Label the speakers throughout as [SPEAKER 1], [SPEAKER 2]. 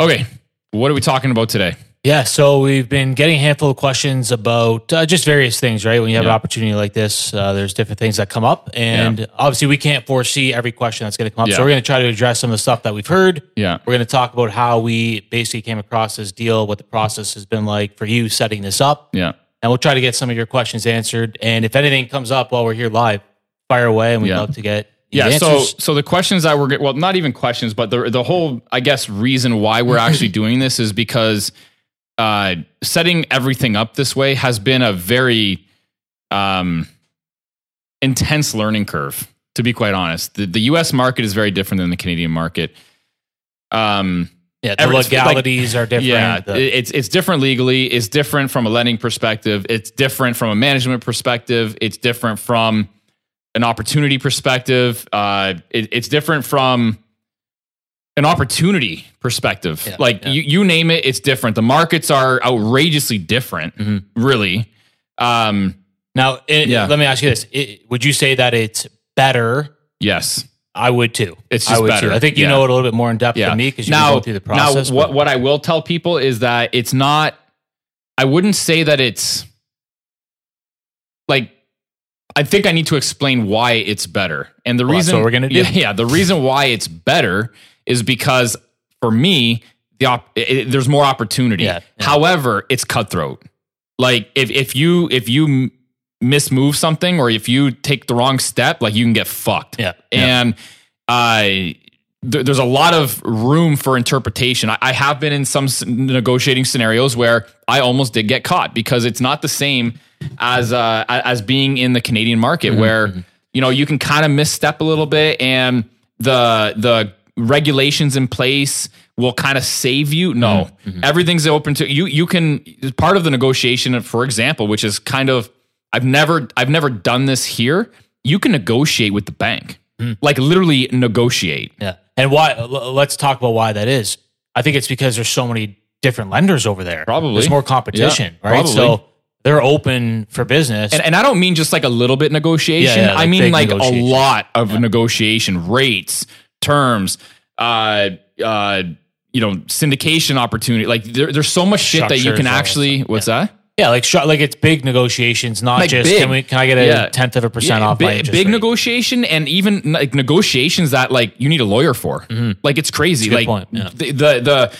[SPEAKER 1] Okay. What are we talking about today?
[SPEAKER 2] Yeah, so we've been getting a handful of questions about uh, just various things, right? When you have
[SPEAKER 1] Yeah.
[SPEAKER 2] an opportunity like this, uh, there's different things that come up, and obviously we can't foresee every question that's going to come up.
[SPEAKER 1] Yeah.
[SPEAKER 2] So we're going to try to address some of the stuff that we've heard.
[SPEAKER 1] Yeah.
[SPEAKER 2] We're going to talk about how we basically came across this deal, what the process has been like for you setting this up,
[SPEAKER 1] Yeah.
[SPEAKER 2] and we'll try to get some of your questions answered. And if anything comes up while we're here live, fire away, and we'd
[SPEAKER 1] Yeah.
[SPEAKER 2] love to get these
[SPEAKER 1] Yeah. So,
[SPEAKER 2] answers.
[SPEAKER 1] so the questions that we're get- well, not even questions, but the the whole I guess reason why we're actually doing this is because uh, setting everything up this way has been a very um, intense learning curve. To be quite honest, the, the U.S. market is very different than the Canadian market. Um,
[SPEAKER 2] yeah, the
[SPEAKER 1] every- it's like-
[SPEAKER 2] legalities are different.
[SPEAKER 1] yeah,
[SPEAKER 2] The-
[SPEAKER 1] it- it's it's different legally. It's different from a lending perspective. It's different from a management perspective. It's different from an opportunity perspective. Uh, it, it's different from an opportunity perspective.
[SPEAKER 2] Yeah,
[SPEAKER 1] like
[SPEAKER 2] yeah.
[SPEAKER 1] you, you name it, it's different. The markets are outrageously different,
[SPEAKER 2] Mhm.
[SPEAKER 1] really. Um,
[SPEAKER 2] Now, it,
[SPEAKER 1] Yeah.
[SPEAKER 2] let me ask you this: It- Would you say that it's better?
[SPEAKER 1] yes,
[SPEAKER 2] I would too.
[SPEAKER 1] It's
[SPEAKER 2] I
[SPEAKER 1] just
[SPEAKER 2] would
[SPEAKER 1] better.
[SPEAKER 2] Too. I think you
[SPEAKER 1] Yeah.
[SPEAKER 2] know it a little bit more in depth
[SPEAKER 1] Yeah.
[SPEAKER 2] than me because you
[SPEAKER 1] now,
[SPEAKER 2] go through the process.
[SPEAKER 1] now what,
[SPEAKER 2] but-
[SPEAKER 1] what I will tell people is that it's not, I wouldn't say that it's like, I think I need to explain why it's better. And the
[SPEAKER 2] Well, that's
[SPEAKER 1] reason
[SPEAKER 2] what we're gonna do.
[SPEAKER 1] Yeah, yeah, the reason why it's better is because for me, the op- it, it- there's more opportunity.
[SPEAKER 2] Yeah, yeah.
[SPEAKER 1] However, it's cutthroat. Like if if you if you m- mismove something or if you take the wrong step, like you can get fucked.
[SPEAKER 2] Yeah, yeah.
[SPEAKER 1] And I th- there's a lot of room for interpretation. I, I have been in some s- negotiating scenarios where I almost did get caught because it's not the same as uh, a- as being in the Canadian market where you know you can kind of misstep a little bit and the the regulations in place will kind of save you. No, everything's open to you. You can part of the negotiation, for example, which is kind of I've never I've never done this here. You can negotiate with the bank, like literally negotiate.
[SPEAKER 2] yeah. And why? l- Let's talk about why that is. I think it's because there's so many different lenders over there.
[SPEAKER 1] Probably.
[SPEAKER 2] there's more competition,
[SPEAKER 1] Yeah,
[SPEAKER 2] right?
[SPEAKER 1] probably.
[SPEAKER 2] So they're open for business.
[SPEAKER 1] And, and I don't mean just like a little bit negotiation.
[SPEAKER 2] Yeah, yeah,
[SPEAKER 1] I
[SPEAKER 2] like
[SPEAKER 1] mean
[SPEAKER 2] big
[SPEAKER 1] like a
[SPEAKER 2] negotiation.
[SPEAKER 1] lot of negotiation rates, terms, uh, uh, you know, syndication opportunity. Like there, there's so much shit that you
[SPEAKER 2] Structures,
[SPEAKER 1] can
[SPEAKER 2] all that
[SPEAKER 1] actually. What's that?
[SPEAKER 2] yeah, like sh- like it's big negotiations, not
[SPEAKER 1] Like
[SPEAKER 2] just
[SPEAKER 1] big.
[SPEAKER 2] can we can I get a
[SPEAKER 1] Yeah.
[SPEAKER 2] tenth of a percent
[SPEAKER 1] Yeah,
[SPEAKER 2] off
[SPEAKER 1] big,
[SPEAKER 2] my interest
[SPEAKER 1] big
[SPEAKER 2] rate?
[SPEAKER 1] negotiation and even like negotiations that like you need a lawyer for like it's crazy
[SPEAKER 2] That's a
[SPEAKER 1] like
[SPEAKER 2] Mm-hmm. good point, yeah.
[SPEAKER 1] the, the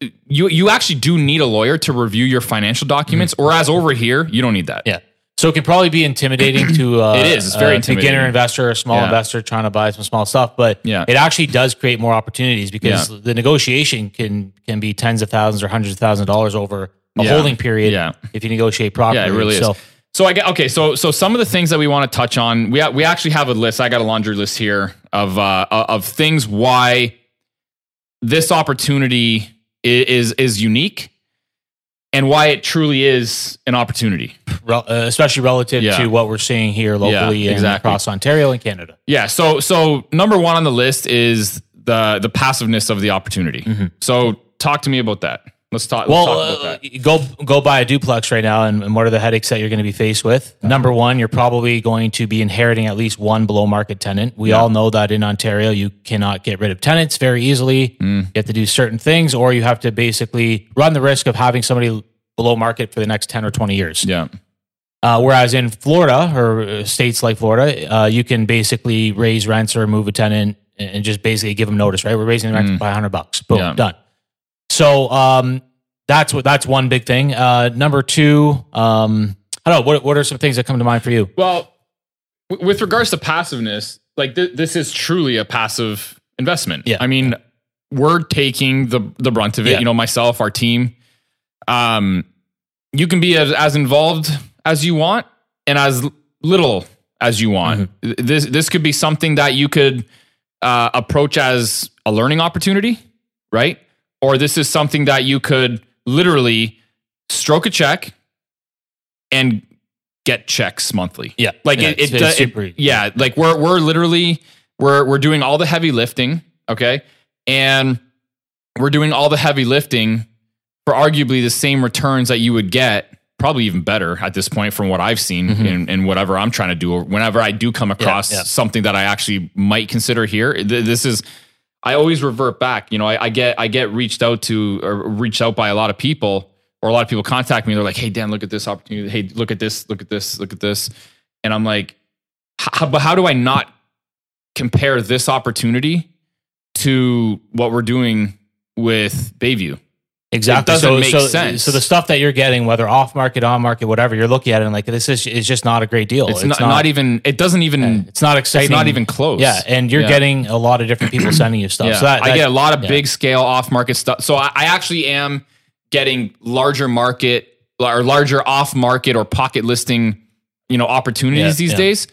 [SPEAKER 1] the you you actually do need a lawyer to review your financial documents whereas over here you don't need that
[SPEAKER 2] Mm-hmm. Yeah. So it can probably be intimidating to uh,
[SPEAKER 1] It is. It's very
[SPEAKER 2] a beginner
[SPEAKER 1] intimidating.
[SPEAKER 2] investor or a small
[SPEAKER 1] Yeah.
[SPEAKER 2] investor trying to buy some small stuff, but
[SPEAKER 1] Yeah.
[SPEAKER 2] it actually does create more opportunities because the negotiation can can be tens of thousands or hundreds of thousands of dollars over a
[SPEAKER 1] Yeah.
[SPEAKER 2] holding period
[SPEAKER 1] Yeah.
[SPEAKER 2] if you negotiate properly.
[SPEAKER 1] yeah it really
[SPEAKER 2] so,
[SPEAKER 1] is so I get okay so so some of the things that we want to touch on we ha- we actually have a list I got a laundry list here of uh of things why this opportunity i- is is unique and why it truly is an opportunity
[SPEAKER 2] re- uh, especially relative
[SPEAKER 1] Yeah.
[SPEAKER 2] to what we're seeing here locally and
[SPEAKER 1] exactly.
[SPEAKER 2] across Ontario and Canada.
[SPEAKER 1] Yeah. So so number one on the list is the the passiveness of the opportunity. So talk to me about that. Let's talk. Let's
[SPEAKER 2] Mm-hmm. Well,
[SPEAKER 1] talk
[SPEAKER 2] uh,
[SPEAKER 1] about that.
[SPEAKER 2] go go buy a duplex right now, and, and what are the headaches that you're going to be faced with? Number one, you're probably going to be inheriting at least one below market tenant. We all know that in Ontario, you cannot get rid of tenants very easily.
[SPEAKER 1] Mm,
[SPEAKER 2] You have to do certain things, or you have to basically run the risk of having somebody below market for the next ten or twenty years.
[SPEAKER 1] Yeah.
[SPEAKER 2] Uh, whereas in Florida or uh, states like Florida, uh, you can basically raise rents or move a tenant and and just basically give them notice, right? We're raising the rent by 100 bucks. Boom,
[SPEAKER 1] Mm. Yeah.
[SPEAKER 2] done. So um, that's what that's one big thing. Uh, number two, um, I don't know. What, what are some things that come to mind for you?
[SPEAKER 1] Well, w- with regards to passiveness, like th- this is truly a passive investment.
[SPEAKER 2] Yeah.
[SPEAKER 1] I mean, we're taking the the brunt of it.
[SPEAKER 2] Yeah.
[SPEAKER 1] You know, myself, our team. Um, you can be as, as involved as you want and as l- little as you want.
[SPEAKER 2] Mm-hmm.
[SPEAKER 1] Th- This this could be something that you could uh, approach as a learning opportunity, right? Or this is something that you could literally stroke a check and get checks monthly.
[SPEAKER 2] Yeah.
[SPEAKER 1] Like
[SPEAKER 2] Yeah,
[SPEAKER 1] it,
[SPEAKER 2] it's-
[SPEAKER 1] it,
[SPEAKER 2] it's
[SPEAKER 1] does- it-
[SPEAKER 2] super-
[SPEAKER 1] yeah, like we're we're literally we're we're doing all the heavy lifting, okay? And we're doing all the heavy lifting for arguably the same returns that you would get, probably even better at this point from what I've seen
[SPEAKER 2] Mm-hmm.
[SPEAKER 1] and, and whatever I'm trying to do. Whenever I do come across
[SPEAKER 2] yeah.
[SPEAKER 1] something that I actually might consider here, th- this is I always revert back. You know, I, I get I get reached out to or reached out by a lot of people, or a lot of people contact me. They're like, "Hey, Dan, look at this opportunity. Hey, look at this. Look at this. Look at this." And I'm like, how, "But how do I not compare this opportunity to what we're doing with Bayview?"
[SPEAKER 2] Exactly.
[SPEAKER 1] It doesn't
[SPEAKER 2] so,
[SPEAKER 1] make
[SPEAKER 2] so,
[SPEAKER 1] sense.
[SPEAKER 2] So the stuff that you're getting, whether off market, on market, whatever, you're looking at it and like this is is just not a great deal.
[SPEAKER 1] It's, not, not, even. It doesn't even.
[SPEAKER 2] it's not exciting.
[SPEAKER 1] it's not even close.
[SPEAKER 2] Yeah, and you're
[SPEAKER 1] Yeah.
[SPEAKER 2] getting a lot of different people sending you stuff.
[SPEAKER 1] Yeah.
[SPEAKER 2] So that,
[SPEAKER 1] I
[SPEAKER 2] that-
[SPEAKER 1] get a lot of
[SPEAKER 2] yeah.
[SPEAKER 1] big scale off market stuff. So I, I actually am getting larger market or larger off market or pocket listing, you know, opportunities
[SPEAKER 2] Yeah,
[SPEAKER 1] these
[SPEAKER 2] yeah.
[SPEAKER 1] days.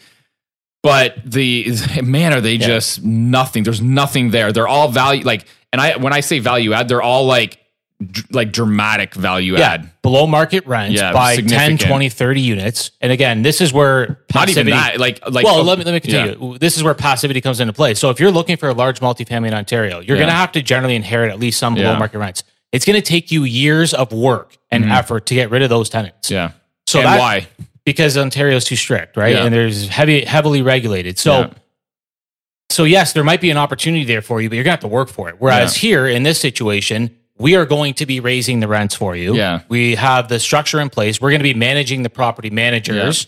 [SPEAKER 1] But the man, are they just nothing? There's nothing there. They're all value like, and I when I say value add, they're all like dr- like dramatic value
[SPEAKER 2] yeah,
[SPEAKER 1] add.
[SPEAKER 2] below market rents
[SPEAKER 1] Yeah,
[SPEAKER 2] by 10,
[SPEAKER 1] significant.
[SPEAKER 2] 20, 30 units. And again, this is where
[SPEAKER 1] Not even
[SPEAKER 2] passivity-
[SPEAKER 1] that. Like like oh,
[SPEAKER 2] well, let me let me
[SPEAKER 1] yeah.
[SPEAKER 2] continue. This is where passivity comes into play. So if you're looking for a large multifamily in Ontario, you're
[SPEAKER 1] Yeah.
[SPEAKER 2] going to have to generally inherit at least some below
[SPEAKER 1] Yeah. Mm-hmm.
[SPEAKER 2] market rents. It's going to take you years of work and effort to get rid of those tenants.
[SPEAKER 1] Yeah.
[SPEAKER 2] So
[SPEAKER 1] and
[SPEAKER 2] that-
[SPEAKER 1] why?
[SPEAKER 2] because Ontario's too strict, right?
[SPEAKER 1] Yeah.
[SPEAKER 2] And there's heavy, heavily regulated. So,
[SPEAKER 1] Yeah.
[SPEAKER 2] so yes, there might be an opportunity there for you, but you're gonna have to work for it. Whereas here in this situation, we are going to be raising the rents for you.
[SPEAKER 1] Yeah.
[SPEAKER 2] we have the structure in place. We're going to be managing the property managers.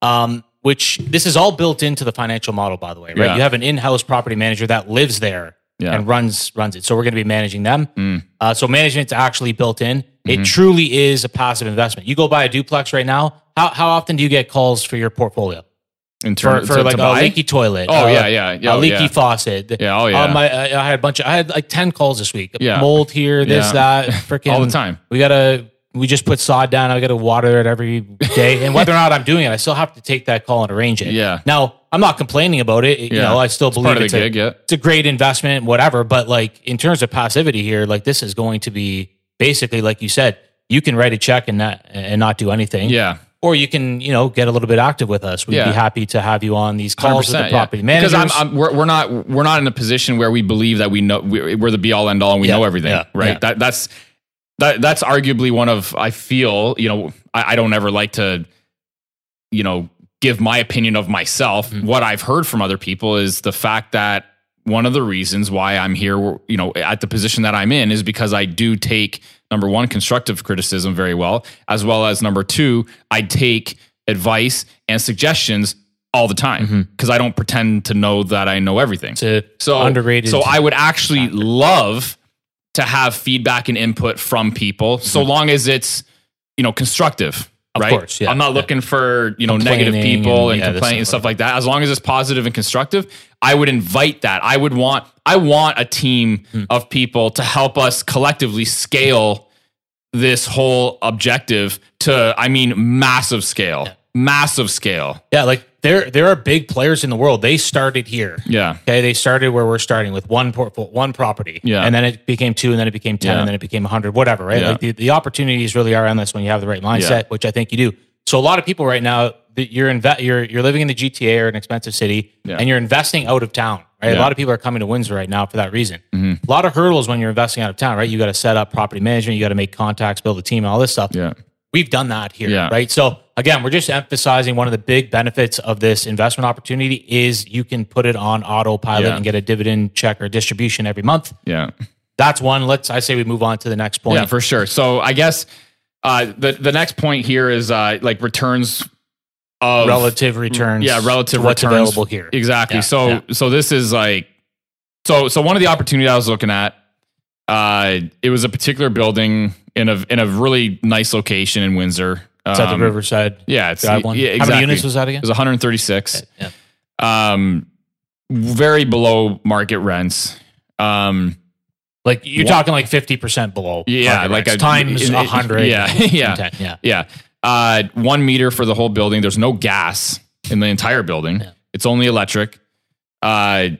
[SPEAKER 2] Um, which this is all built into the financial model, by the way, right?
[SPEAKER 1] Yeah.
[SPEAKER 2] You have an in-house property manager that lives there
[SPEAKER 1] Yeah.
[SPEAKER 2] and runs runs it. So we're going to be managing them.
[SPEAKER 1] Mm. Mm-hmm.
[SPEAKER 2] Uh, so management's actually built in. It truly is a passive investment. You go buy a duplex right now. How how often do you get calls for your portfolio
[SPEAKER 1] In
[SPEAKER 2] for,
[SPEAKER 1] terms
[SPEAKER 2] for like a leaky toilet?
[SPEAKER 1] Oh
[SPEAKER 2] uh,
[SPEAKER 1] yeah, yeah, yeah.
[SPEAKER 2] a
[SPEAKER 1] oh,
[SPEAKER 2] leaky
[SPEAKER 1] yeah.
[SPEAKER 2] faucet.
[SPEAKER 1] Yeah, oh yeah.
[SPEAKER 2] Um, I, I I had a bunch of I had like ten calls this week.
[SPEAKER 1] Yeah.
[SPEAKER 2] mold here, this
[SPEAKER 1] Yeah.
[SPEAKER 2] that, freaking
[SPEAKER 1] All the time.
[SPEAKER 2] We gotta we just put sod down. I gotta water it every day, and whether or not I'm doing it, I still have to take that call and arrange it.
[SPEAKER 1] Yeah.
[SPEAKER 2] Now I'm not complaining about it. You
[SPEAKER 1] Yeah.
[SPEAKER 2] know, I still believe
[SPEAKER 1] Part of the
[SPEAKER 2] it's a-
[SPEAKER 1] gig, yeah.
[SPEAKER 2] it's a great investment, whatever. But like in terms of passivity here, like this is going to be basically, like you said, you can write a check and not and not do anything.
[SPEAKER 1] Yeah.
[SPEAKER 2] Or you can, you know, get a little bit active with us. We'd
[SPEAKER 1] Yeah.
[SPEAKER 2] be happy to have you on these calls with the
[SPEAKER 1] 100%, yeah.
[SPEAKER 2] property managers.
[SPEAKER 1] Because I'm, I'm, we're, we're not we're not in a position where we believe that we know we're, we're the be all end all and we
[SPEAKER 2] Yeah,
[SPEAKER 1] know everything,
[SPEAKER 2] yeah,
[SPEAKER 1] right?
[SPEAKER 2] yeah.
[SPEAKER 1] That that's that that's arguably one of I feel you know I, I don't ever like to you know give my opinion of myself.
[SPEAKER 2] Mm-hmm.
[SPEAKER 1] What I've heard from other people is the fact that one of the reasons why I'm here, you know, at the position that I'm in is because I do take number one constructive criticism very well, as well as number two, I take advice and suggestions all the
[SPEAKER 2] Mm-hmm.
[SPEAKER 1] time because I don't pretend to know that I know everything.
[SPEAKER 2] to
[SPEAKER 1] So
[SPEAKER 2] underrated.
[SPEAKER 1] So I would actually love to have feedback and input from people, so long as it's you know constructive. Of right?
[SPEAKER 2] Mm-hmm. course, yeah,
[SPEAKER 1] I'm not looking for you know negative
[SPEAKER 2] Complaining
[SPEAKER 1] people and,
[SPEAKER 2] and- yeah, this
[SPEAKER 1] complaining and
[SPEAKER 2] stuff
[SPEAKER 1] stuff like that. As long as it's positive and constructive, I would invite that. I would want I want a team
[SPEAKER 2] Hmm.
[SPEAKER 1] of people to help us collectively scale this whole objective to I mean massive scale, massive scale.
[SPEAKER 2] yeah, like there there are big players in the world. They started here.
[SPEAKER 1] Yeah,
[SPEAKER 2] Okay, they started where we're starting with one portfolio, one property,
[SPEAKER 1] Yeah.
[SPEAKER 2] and then it became two, and then it became ten,
[SPEAKER 1] Yeah.
[SPEAKER 2] and then it became hundred, whatever, right?
[SPEAKER 1] Yeah.
[SPEAKER 2] Like the, the opportunities really are endless when you have the right mindset,
[SPEAKER 1] Yeah.
[SPEAKER 2] which I think you do. So a lot of people right now, that you're inve- you're you're living in the GTA or an expensive city,
[SPEAKER 1] Yeah.
[SPEAKER 2] and you're investing out of town, right? A
[SPEAKER 1] Yeah. Mm-hmm.
[SPEAKER 2] lot of people are coming to Windsor right now for that reason. A lot of hurdles when you're investing out of town, right? You got to set up property management, you got to make contacts, build a team, and all this stuff
[SPEAKER 1] yeah,
[SPEAKER 2] we've done that here,
[SPEAKER 1] Yeah.
[SPEAKER 2] right? So again, we're just emphasizing one of the big benefits of this investment opportunity is you can put it on autopilot
[SPEAKER 1] Yeah.
[SPEAKER 2] and get a dividend check or distribution every month.
[SPEAKER 1] yeah.
[SPEAKER 2] That's one. Let's I say we move on to the next point.
[SPEAKER 1] Yeah, for sure. So I guess uh, the the next point here is uh, like returns of
[SPEAKER 2] relative returns.
[SPEAKER 1] Yeah, relative
[SPEAKER 2] to what's
[SPEAKER 1] returns.
[SPEAKER 2] available here.
[SPEAKER 1] Exactly.
[SPEAKER 2] Yeah,
[SPEAKER 1] so
[SPEAKER 2] yeah.
[SPEAKER 1] so this is like so so one of the opportunities I was looking at. Uh, it was a particular building in a in a really nice location in Windsor.
[SPEAKER 2] It's at the
[SPEAKER 1] Um,
[SPEAKER 2] Riverside
[SPEAKER 1] Yeah, it's
[SPEAKER 2] Drive one.
[SPEAKER 1] yeah,
[SPEAKER 2] How
[SPEAKER 1] exactly.
[SPEAKER 2] many units was that again?
[SPEAKER 1] It was 136.
[SPEAKER 2] Yeah.
[SPEAKER 1] Um, very below market rents. Um,
[SPEAKER 2] Like you're
[SPEAKER 1] One-
[SPEAKER 2] talking like fifty percent below.
[SPEAKER 1] yeah,
[SPEAKER 2] market
[SPEAKER 1] like
[SPEAKER 2] rates,
[SPEAKER 1] a,
[SPEAKER 2] times
[SPEAKER 1] it- it-
[SPEAKER 2] hundred.
[SPEAKER 1] Yeah, yeah.
[SPEAKER 2] yeah.
[SPEAKER 1] Yeah. Uh, one meter for the whole building. There's no gas in the entire building.
[SPEAKER 2] Yeah.
[SPEAKER 1] It's only electric. Uh,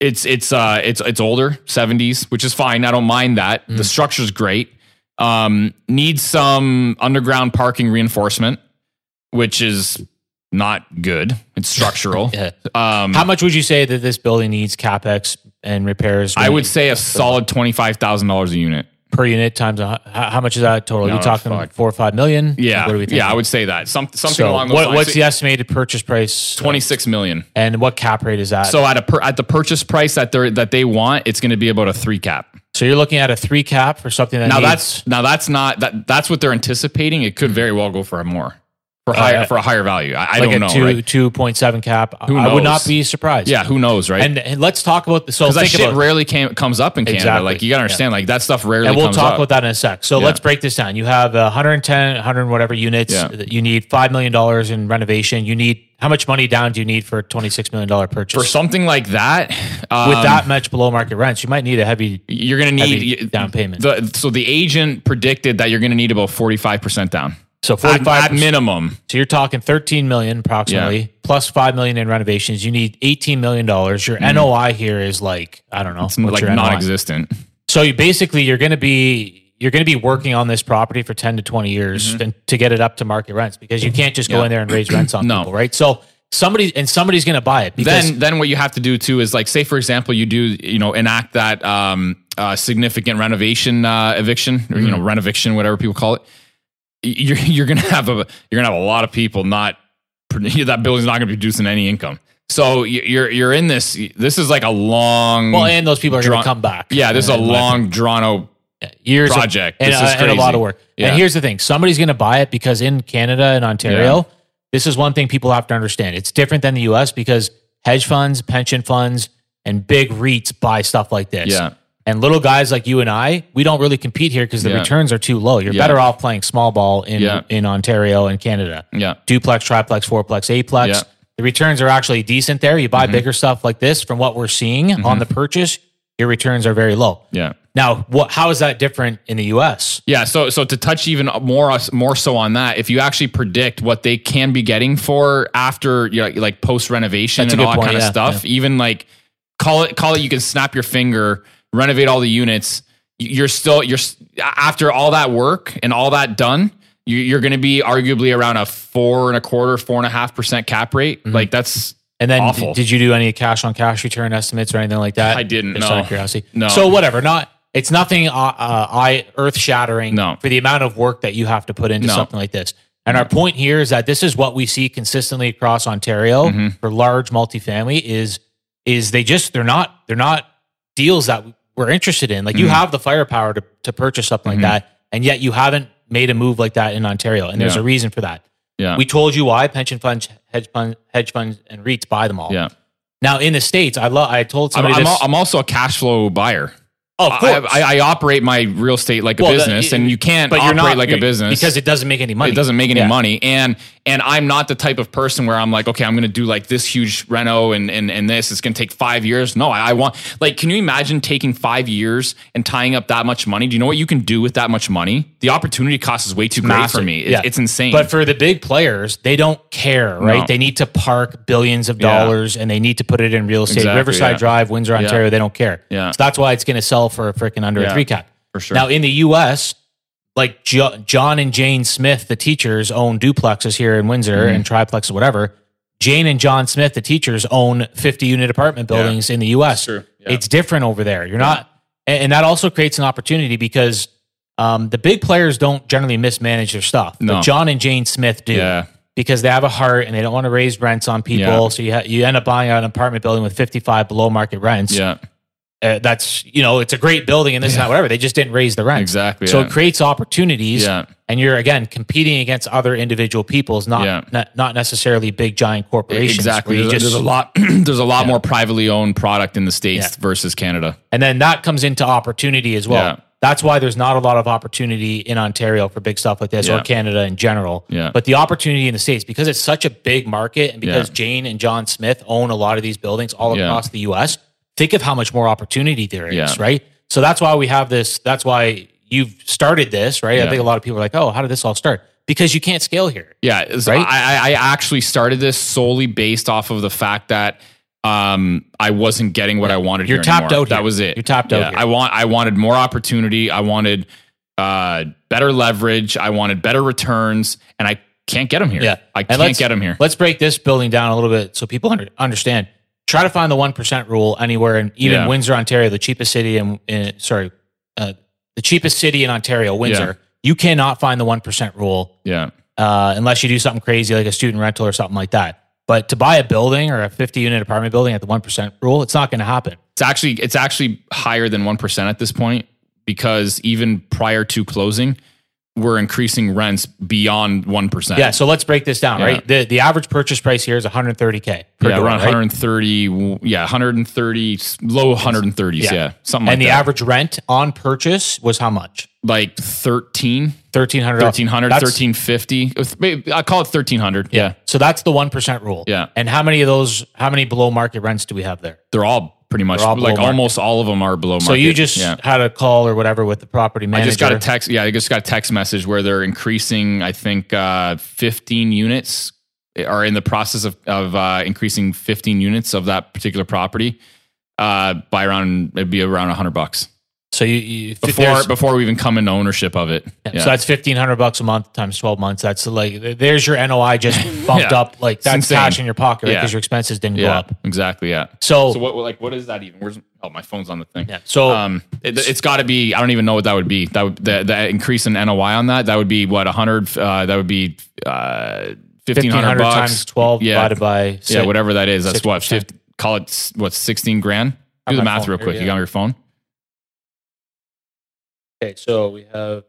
[SPEAKER 1] it's it's uh it's it's older, 70s, which is fine. I don't mind that.
[SPEAKER 2] Mm.
[SPEAKER 1] The structure's great. Um, needs some underground parking reinforcement, which is not good. It's structural.
[SPEAKER 2] Yeah.
[SPEAKER 1] Um,
[SPEAKER 2] How much would you say that this building needs capex and repairs?
[SPEAKER 1] I would say a solid twenty five thousand dollars a unit
[SPEAKER 2] per unit times a, hu- how, how much is that total?
[SPEAKER 1] No,
[SPEAKER 2] you talking
[SPEAKER 1] fuck.
[SPEAKER 2] four or five million?
[SPEAKER 1] Yeah,
[SPEAKER 2] Like, what are we thinking?
[SPEAKER 1] yeah, I would say that Some, something
[SPEAKER 2] So
[SPEAKER 1] along those
[SPEAKER 2] what,
[SPEAKER 1] lines.
[SPEAKER 2] what's the estimated purchase price?
[SPEAKER 1] twenty six million?
[SPEAKER 2] and what cap rate is that? So,
[SPEAKER 1] So at a per, at the purchase price that they that they want, it's going to be about a three cap.
[SPEAKER 2] you're looking at a three cap for something that
[SPEAKER 1] Now
[SPEAKER 2] needs-
[SPEAKER 1] that's now that's not that that's what they're anticipating. It could very well go for a more for higher for a higher value. I, I
[SPEAKER 2] Uh, like
[SPEAKER 1] don't
[SPEAKER 2] a
[SPEAKER 1] know.
[SPEAKER 2] two
[SPEAKER 1] right?
[SPEAKER 2] two point seven cap. I would
[SPEAKER 1] knows?
[SPEAKER 2] not be surprised.
[SPEAKER 1] Yeah, who knows, right?
[SPEAKER 2] and, and let's talk about the so
[SPEAKER 1] Because that
[SPEAKER 2] think
[SPEAKER 1] shit
[SPEAKER 2] about
[SPEAKER 1] rarely came, comes up in Canada.
[SPEAKER 2] Exactly.
[SPEAKER 1] Like you gotta understand, like that stuff rarely.
[SPEAKER 2] and we'll
[SPEAKER 1] comes
[SPEAKER 2] talk
[SPEAKER 1] up.
[SPEAKER 2] about that in a sec. So let's break this down. You have uh, 110, 100 whatever units.
[SPEAKER 1] Yeah.
[SPEAKER 2] that You need five million dollars in renovation. You need how much money down do you need for a twenty six million dollar purchase?
[SPEAKER 1] for something like that. Um,
[SPEAKER 2] With that much below market rents, you might need a heavy
[SPEAKER 1] you're gonna
[SPEAKER 2] heavy
[SPEAKER 1] need
[SPEAKER 2] down payment.
[SPEAKER 1] The, so the agent predicted that you're gonna need about forty five percent down.
[SPEAKER 2] so forty
[SPEAKER 1] At, at
[SPEAKER 2] five.
[SPEAKER 1] minimum,
[SPEAKER 2] So you're talking thirteen million approximately plus five million in renovations. You need eighteen million dollars. Your NOI here is like I don't know. what's
[SPEAKER 1] Mm-hmm. like
[SPEAKER 2] your NOI?
[SPEAKER 1] non-existent.
[SPEAKER 2] So you basically you're going to be you're going to be working on this property for 10 to 20 years
[SPEAKER 1] Mm-hmm.
[SPEAKER 2] and to get it up to market rents because you can't just go in there and raise rents on
[SPEAKER 1] No.
[SPEAKER 2] people, right? So somebody and somebody's going to buy it because
[SPEAKER 1] Then, then what you have to do too is like, say for example, you do you know enact that um, uh, significant renovation uh, eviction or
[SPEAKER 2] Mm-hmm.
[SPEAKER 1] you know renoviction, whatever people call it. Y- You're you're gonna have a you're gonna have a lot of people not that building's not gonna be producing any income. So y- you're you're in this. This is like a long.
[SPEAKER 2] well and those people are going
[SPEAKER 1] Drawn-
[SPEAKER 2] to come back.
[SPEAKER 1] yeah, this is a
[SPEAKER 2] And, like,
[SPEAKER 1] long drawn out
[SPEAKER 2] years of-
[SPEAKER 1] project.
[SPEAKER 2] and,
[SPEAKER 1] This
[SPEAKER 2] uh,
[SPEAKER 1] is
[SPEAKER 2] and a lot
[SPEAKER 1] crazy.
[SPEAKER 2] of work.
[SPEAKER 1] Yeah.
[SPEAKER 2] And here's the thing: somebody's going to buy it because in Canada and Ontario, this is one thing people have to understand. It's different than the U.S. because hedge funds, pension funds, and big REITs buy stuff like this.
[SPEAKER 1] Yeah.
[SPEAKER 2] And little guys like you and I, we don't really compete here because the
[SPEAKER 1] Yeah.
[SPEAKER 2] returns are too low. You're
[SPEAKER 1] Yeah.
[SPEAKER 2] better off playing small ball in
[SPEAKER 1] Yeah.
[SPEAKER 2] in Ontario and Canada.
[SPEAKER 1] Yeah.
[SPEAKER 2] Duplex, triplex, fourplex, eightplex.
[SPEAKER 1] Yeah. Mm-hmm.
[SPEAKER 2] The returns are actually decent there. You buy bigger stuff like this from what we're seeing on the purchase, your returns are very low.
[SPEAKER 1] Yeah.
[SPEAKER 2] Now, what? How is that different in the U.S.?
[SPEAKER 1] Yeah, so so to touch even more more so on that, if you actually predict what they can be getting for after you know, like post renovation
[SPEAKER 2] That's a
[SPEAKER 1] and
[SPEAKER 2] good
[SPEAKER 1] all that
[SPEAKER 2] point,
[SPEAKER 1] kind of
[SPEAKER 2] yeah,
[SPEAKER 1] stuff, even like call it call it you can snap your finger, renovate all the units, you're still you're s- after all that work and all that done, you- you're going to be arguably around a four and a quarter, four and a half percent cap rate.
[SPEAKER 2] Mm-hmm.
[SPEAKER 1] Like that's
[SPEAKER 2] And then,
[SPEAKER 1] Awful.
[SPEAKER 2] did you do any cash on cash return estimates or anything like that?
[SPEAKER 1] I didn't,
[SPEAKER 2] Just
[SPEAKER 1] no.
[SPEAKER 2] out of curiosity.
[SPEAKER 1] No.
[SPEAKER 2] So whatever. Not. It's nothing. Uh, uh, eye earth shattering.
[SPEAKER 1] No.
[SPEAKER 2] For the amount of work that you have to put into
[SPEAKER 1] No.
[SPEAKER 2] something like this. And our point here is that this is what we see consistently across Ontario
[SPEAKER 1] Mm-hmm.
[SPEAKER 2] for large multifamily is is they just they're not they're not deals that we're interested in. Like
[SPEAKER 1] Mm-hmm.
[SPEAKER 2] you have the firepower to to purchase something like that, and yet you haven't made a move like that in Ontario. And there's
[SPEAKER 1] Yeah.
[SPEAKER 2] a reason for that.
[SPEAKER 1] yeah
[SPEAKER 2] We told you why pension funds, hedge fund, hedge funds, and REITs buy them all.
[SPEAKER 1] yeah.
[SPEAKER 2] Now in the states, I love. I told
[SPEAKER 1] I'm,
[SPEAKER 2] somebody
[SPEAKER 1] I'm
[SPEAKER 2] this.
[SPEAKER 1] al- I'm also a cash flow buyer.
[SPEAKER 2] oh, of
[SPEAKER 1] I,
[SPEAKER 2] course,
[SPEAKER 1] I, I operate my real estate like a
[SPEAKER 2] Well, that-
[SPEAKER 1] business, and you can't
[SPEAKER 2] but
[SPEAKER 1] operate
[SPEAKER 2] you're not
[SPEAKER 1] like a
[SPEAKER 2] you're-
[SPEAKER 1] business
[SPEAKER 2] because it doesn't make any money.
[SPEAKER 1] It doesn't make any
[SPEAKER 2] Yeah.
[SPEAKER 1] money, and and I'm not the type of person where I'm like, okay, I'm going to do like this huge reno and and and this. It's going to take five years. No, I, I want like, can you imagine taking five years and tying up that much money? Do you know what you can do with that much money? The opportunity cost is way too great for
[SPEAKER 2] Massive.
[SPEAKER 1] me. It-
[SPEAKER 2] Yeah.
[SPEAKER 1] It's insane.
[SPEAKER 2] But for the big players, they don't care, right?
[SPEAKER 1] No.
[SPEAKER 2] They need to park billions of dollars and they need to put it in real estate.
[SPEAKER 1] Exactly,
[SPEAKER 2] Riverside
[SPEAKER 1] yeah.
[SPEAKER 2] Drive, Windsor, Ontario, they don't care.
[SPEAKER 1] Yeah.
[SPEAKER 2] So that's why it's going to sell for a freaking under
[SPEAKER 1] Yeah,
[SPEAKER 2] a three cap.
[SPEAKER 1] for sure.
[SPEAKER 2] Now in the U.S., like jo- John and Jane Smith, the teachers own duplexes here in Windsor
[SPEAKER 1] Mm-hmm.
[SPEAKER 2] and triplexes, whatever. Jane and John Smith, the teachers, own 50 unit apartment buildings in the U.S.
[SPEAKER 1] true. Yeah.
[SPEAKER 2] It's different over there. You're not, and and that also creates an opportunity because um, the big players don't generally mismanage their stuff.
[SPEAKER 1] No.
[SPEAKER 2] But John and Jane Smith do
[SPEAKER 1] Yeah.
[SPEAKER 2] because they have a heart and they don't want to raise rents on people.
[SPEAKER 1] Yeah.
[SPEAKER 2] So you ha- you end up buying an apartment building with 55 below market rents.
[SPEAKER 1] yeah,
[SPEAKER 2] Uh, that's you know it's a great building and this and that whatever. They just didn't raise the rent.
[SPEAKER 1] exactly.
[SPEAKER 2] So
[SPEAKER 1] yeah.
[SPEAKER 2] it creates opportunities.
[SPEAKER 1] Yeah.
[SPEAKER 2] And you're again competing against other individual peoples, not
[SPEAKER 1] Yeah.
[SPEAKER 2] not, not necessarily big giant corporations.
[SPEAKER 1] exactly.
[SPEAKER 2] where you
[SPEAKER 1] There's,
[SPEAKER 2] just-
[SPEAKER 1] there's a lot. there's a lot more privately owned product in the states
[SPEAKER 2] Yeah.
[SPEAKER 1] versus Canada.
[SPEAKER 2] And then that comes into opportunity as well.
[SPEAKER 1] Yeah.
[SPEAKER 2] That's why there's not a lot of opportunity in Ontario for big stuff like this
[SPEAKER 1] Yeah.
[SPEAKER 2] or Canada in general.
[SPEAKER 1] Yeah.
[SPEAKER 2] But the opportunity in the States, because it's such a big market and because
[SPEAKER 1] Yeah.
[SPEAKER 2] Jane and John Smith own a lot of these buildings all
[SPEAKER 1] Yeah.
[SPEAKER 2] across the US, think of how much more opportunity there is,
[SPEAKER 1] Yeah.
[SPEAKER 2] right? So that's why we have this. That's why you've started this, right?
[SPEAKER 1] Yeah.
[SPEAKER 2] I think a lot of people are like, oh, how did this all start? Because you can't scale here.
[SPEAKER 1] Yeah, so
[SPEAKER 2] Right?
[SPEAKER 1] I, I I actually started this solely based off of the fact that um, I wasn't getting what I wanted.
[SPEAKER 2] You're
[SPEAKER 1] here
[SPEAKER 2] tapped
[SPEAKER 1] anymore.
[SPEAKER 2] out
[SPEAKER 1] That
[SPEAKER 2] here.
[SPEAKER 1] was it.
[SPEAKER 2] You're tapped out here.
[SPEAKER 1] I want. I wanted more opportunity. I wanted uh, better leverage. I wanted better returns, and I can't get them here.
[SPEAKER 2] Yeah.
[SPEAKER 1] I
[SPEAKER 2] And
[SPEAKER 1] can't
[SPEAKER 2] let's-
[SPEAKER 1] get them here.
[SPEAKER 2] Let's break this building down a little bit so people under, understand. Try to find the one percent rule anywhere, in even
[SPEAKER 1] Yeah.
[SPEAKER 2] Windsor, Ontario, the cheapest city in, in sorry, uh, the cheapest city in Ontario, Windsor, you cannot find the 1% rule
[SPEAKER 1] Yeah.
[SPEAKER 2] uh, unless you do something crazy like a student rental or something like that. But to buy a building or a 50 unit apartment building at the 1% rule, it's not going to happen.
[SPEAKER 1] It's actually it's actually higher than one percent at this point because even prior to closing, we're increasing rents beyond one percent.
[SPEAKER 2] Yeah. So let's break this down, right? The, the average purchase price here is 130K per
[SPEAKER 1] yeah,
[SPEAKER 2] door,
[SPEAKER 1] around
[SPEAKER 2] right?
[SPEAKER 1] 130. Yeah, 130, low 130s. Yeah, something like
[SPEAKER 2] And the
[SPEAKER 1] that.
[SPEAKER 2] average rent on purchase was how much?
[SPEAKER 1] like 13,
[SPEAKER 2] $1,300.
[SPEAKER 1] 1300,
[SPEAKER 2] Oh, That's-
[SPEAKER 1] 1350. If- maybe- I call it 1300. Yeah,
[SPEAKER 2] So that's the 1% rule.
[SPEAKER 1] Yeah.
[SPEAKER 2] And how many of those, how many below market rents do we have there?
[SPEAKER 1] they're all pretty much
[SPEAKER 2] all below
[SPEAKER 1] like
[SPEAKER 2] market.
[SPEAKER 1] almost all of them are below market.
[SPEAKER 2] So you just
[SPEAKER 1] yeah.
[SPEAKER 2] had a call or whatever with the property manager.
[SPEAKER 1] I just got a text. Yeah, I just got a text message where they're increasing. I think uh, 15 units eh, are in the process of of uh, increasing 15 units of that particular property uh, by around it'd be around 100 bucks
[SPEAKER 2] so you, you
[SPEAKER 1] before
[SPEAKER 2] there's-
[SPEAKER 1] before we even come into ownership of it. Yeah.
[SPEAKER 2] So that's fifteen hundred bucks a month times twelve months. That's like there's your NOI just bumped
[SPEAKER 1] Yeah.
[SPEAKER 2] up. Like that's
[SPEAKER 1] insane.
[SPEAKER 2] cash in your pocket
[SPEAKER 1] Yeah.
[SPEAKER 2] because your expenses didn't go
[SPEAKER 1] Yeah,
[SPEAKER 2] up. Oh.
[SPEAKER 1] exactly. Yeah.
[SPEAKER 2] So,
[SPEAKER 1] So what like what is that even? Where's oh my phone's on the thing.
[SPEAKER 2] yeah. So
[SPEAKER 1] Um, it, it's got to be. I don't even know what that would be. That would the, the increase in NOI on that. That would be what hundred. Uh, that would be uh, fifteen
[SPEAKER 2] fifteen
[SPEAKER 1] hundred
[SPEAKER 2] hundred
[SPEAKER 1] bucks
[SPEAKER 2] times twelve
[SPEAKER 1] Yeah.
[SPEAKER 2] divided by six.
[SPEAKER 1] yeah, whatever that is. That's what
[SPEAKER 2] 6%.
[SPEAKER 1] 50, call it s- what sixteen grand.
[SPEAKER 2] On
[SPEAKER 1] Do the
[SPEAKER 2] my
[SPEAKER 1] math
[SPEAKER 2] phone
[SPEAKER 1] real
[SPEAKER 2] here,
[SPEAKER 1] quick. You
[SPEAKER 2] yeah.
[SPEAKER 1] got on your phone?
[SPEAKER 2] Okay, so we have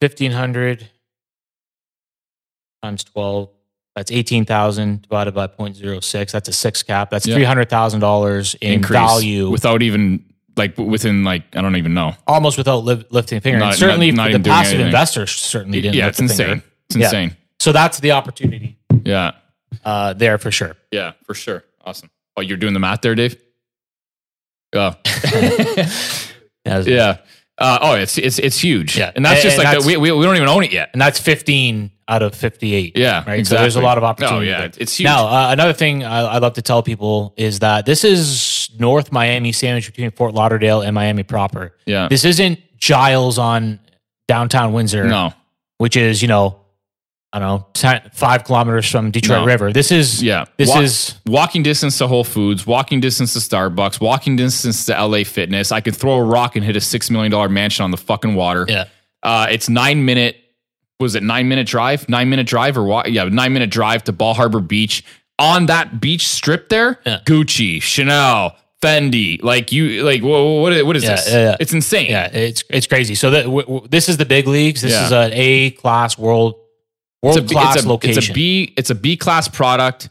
[SPEAKER 2] fifteen hundred times twelve. That's eighteen thousand divided by 0.06. That's a six cap. That's
[SPEAKER 1] Yeah.
[SPEAKER 2] three hundred thousand dollars in
[SPEAKER 1] Increase
[SPEAKER 2] value,
[SPEAKER 1] without even like within like I don't even know.
[SPEAKER 2] almost without li- lifting a finger.
[SPEAKER 1] Not-
[SPEAKER 2] and certainly,
[SPEAKER 1] not- not
[SPEAKER 2] for
[SPEAKER 1] even
[SPEAKER 2] the
[SPEAKER 1] doing
[SPEAKER 2] passive
[SPEAKER 1] anything.
[SPEAKER 2] investor certainly didn't.
[SPEAKER 1] Yeah,
[SPEAKER 2] lift
[SPEAKER 1] it's
[SPEAKER 2] a finger.
[SPEAKER 1] insane. It's
[SPEAKER 2] Yeah.
[SPEAKER 1] insane.
[SPEAKER 2] So that's the opportunity
[SPEAKER 1] Yeah,
[SPEAKER 2] uh, there for sure.
[SPEAKER 1] yeah, for sure. Awesome. Oh, you're doing the math there, Dave. Oh.
[SPEAKER 2] As-
[SPEAKER 1] yeah. Uh, oh, it's it's it's huge.
[SPEAKER 2] Yeah.
[SPEAKER 1] and that's
[SPEAKER 2] And-
[SPEAKER 1] just
[SPEAKER 2] and
[SPEAKER 1] like
[SPEAKER 2] that's-
[SPEAKER 1] that. We, we we don't even own it yet.
[SPEAKER 2] And that's 15 out of 58.
[SPEAKER 1] Yeah,
[SPEAKER 2] Right. So there's a
[SPEAKER 1] exactly.
[SPEAKER 2] lot of
[SPEAKER 1] No,
[SPEAKER 2] opportunity.
[SPEAKER 1] yeah,
[SPEAKER 2] there.
[SPEAKER 1] it's huge.
[SPEAKER 2] Now, uh, another thing I, I love to tell people is that this is North Miami sandwich between Fort Lauderdale and Miami proper.
[SPEAKER 1] Yeah.
[SPEAKER 2] This isn't Giles on downtown Windsor,
[SPEAKER 1] No.
[SPEAKER 2] which is, you know, I don't know, 10, five kilometers from Detroit
[SPEAKER 1] No.
[SPEAKER 2] River. This is,
[SPEAKER 1] Yeah.
[SPEAKER 2] this
[SPEAKER 1] Wa-
[SPEAKER 2] is,
[SPEAKER 1] walking distance to Whole Foods, walking distance to Starbucks, walking distance to LA Fitness. I could throw a rock and hit a six million dollar mansion on the fucking water.
[SPEAKER 2] yeah.
[SPEAKER 1] Uh, it's nine minute. Was it nine minute drive? Nine minute drive or what? Yeah, nine minute drive to Ball Harbor Beach. On that beach strip there,
[SPEAKER 2] Yeah.
[SPEAKER 1] Gucci, Chanel, Fendi, like you, like whoa, what? i- What is
[SPEAKER 2] Yeah,
[SPEAKER 1] this?
[SPEAKER 2] yeah, yeah.
[SPEAKER 1] It's insane.
[SPEAKER 2] Yeah, it's it's crazy. So that w- w- this is the big leagues. This
[SPEAKER 1] Yeah.
[SPEAKER 2] is an A class world
[SPEAKER 1] It's a-
[SPEAKER 2] world class
[SPEAKER 1] it's a,
[SPEAKER 2] location.
[SPEAKER 1] It's a B. It's a B class product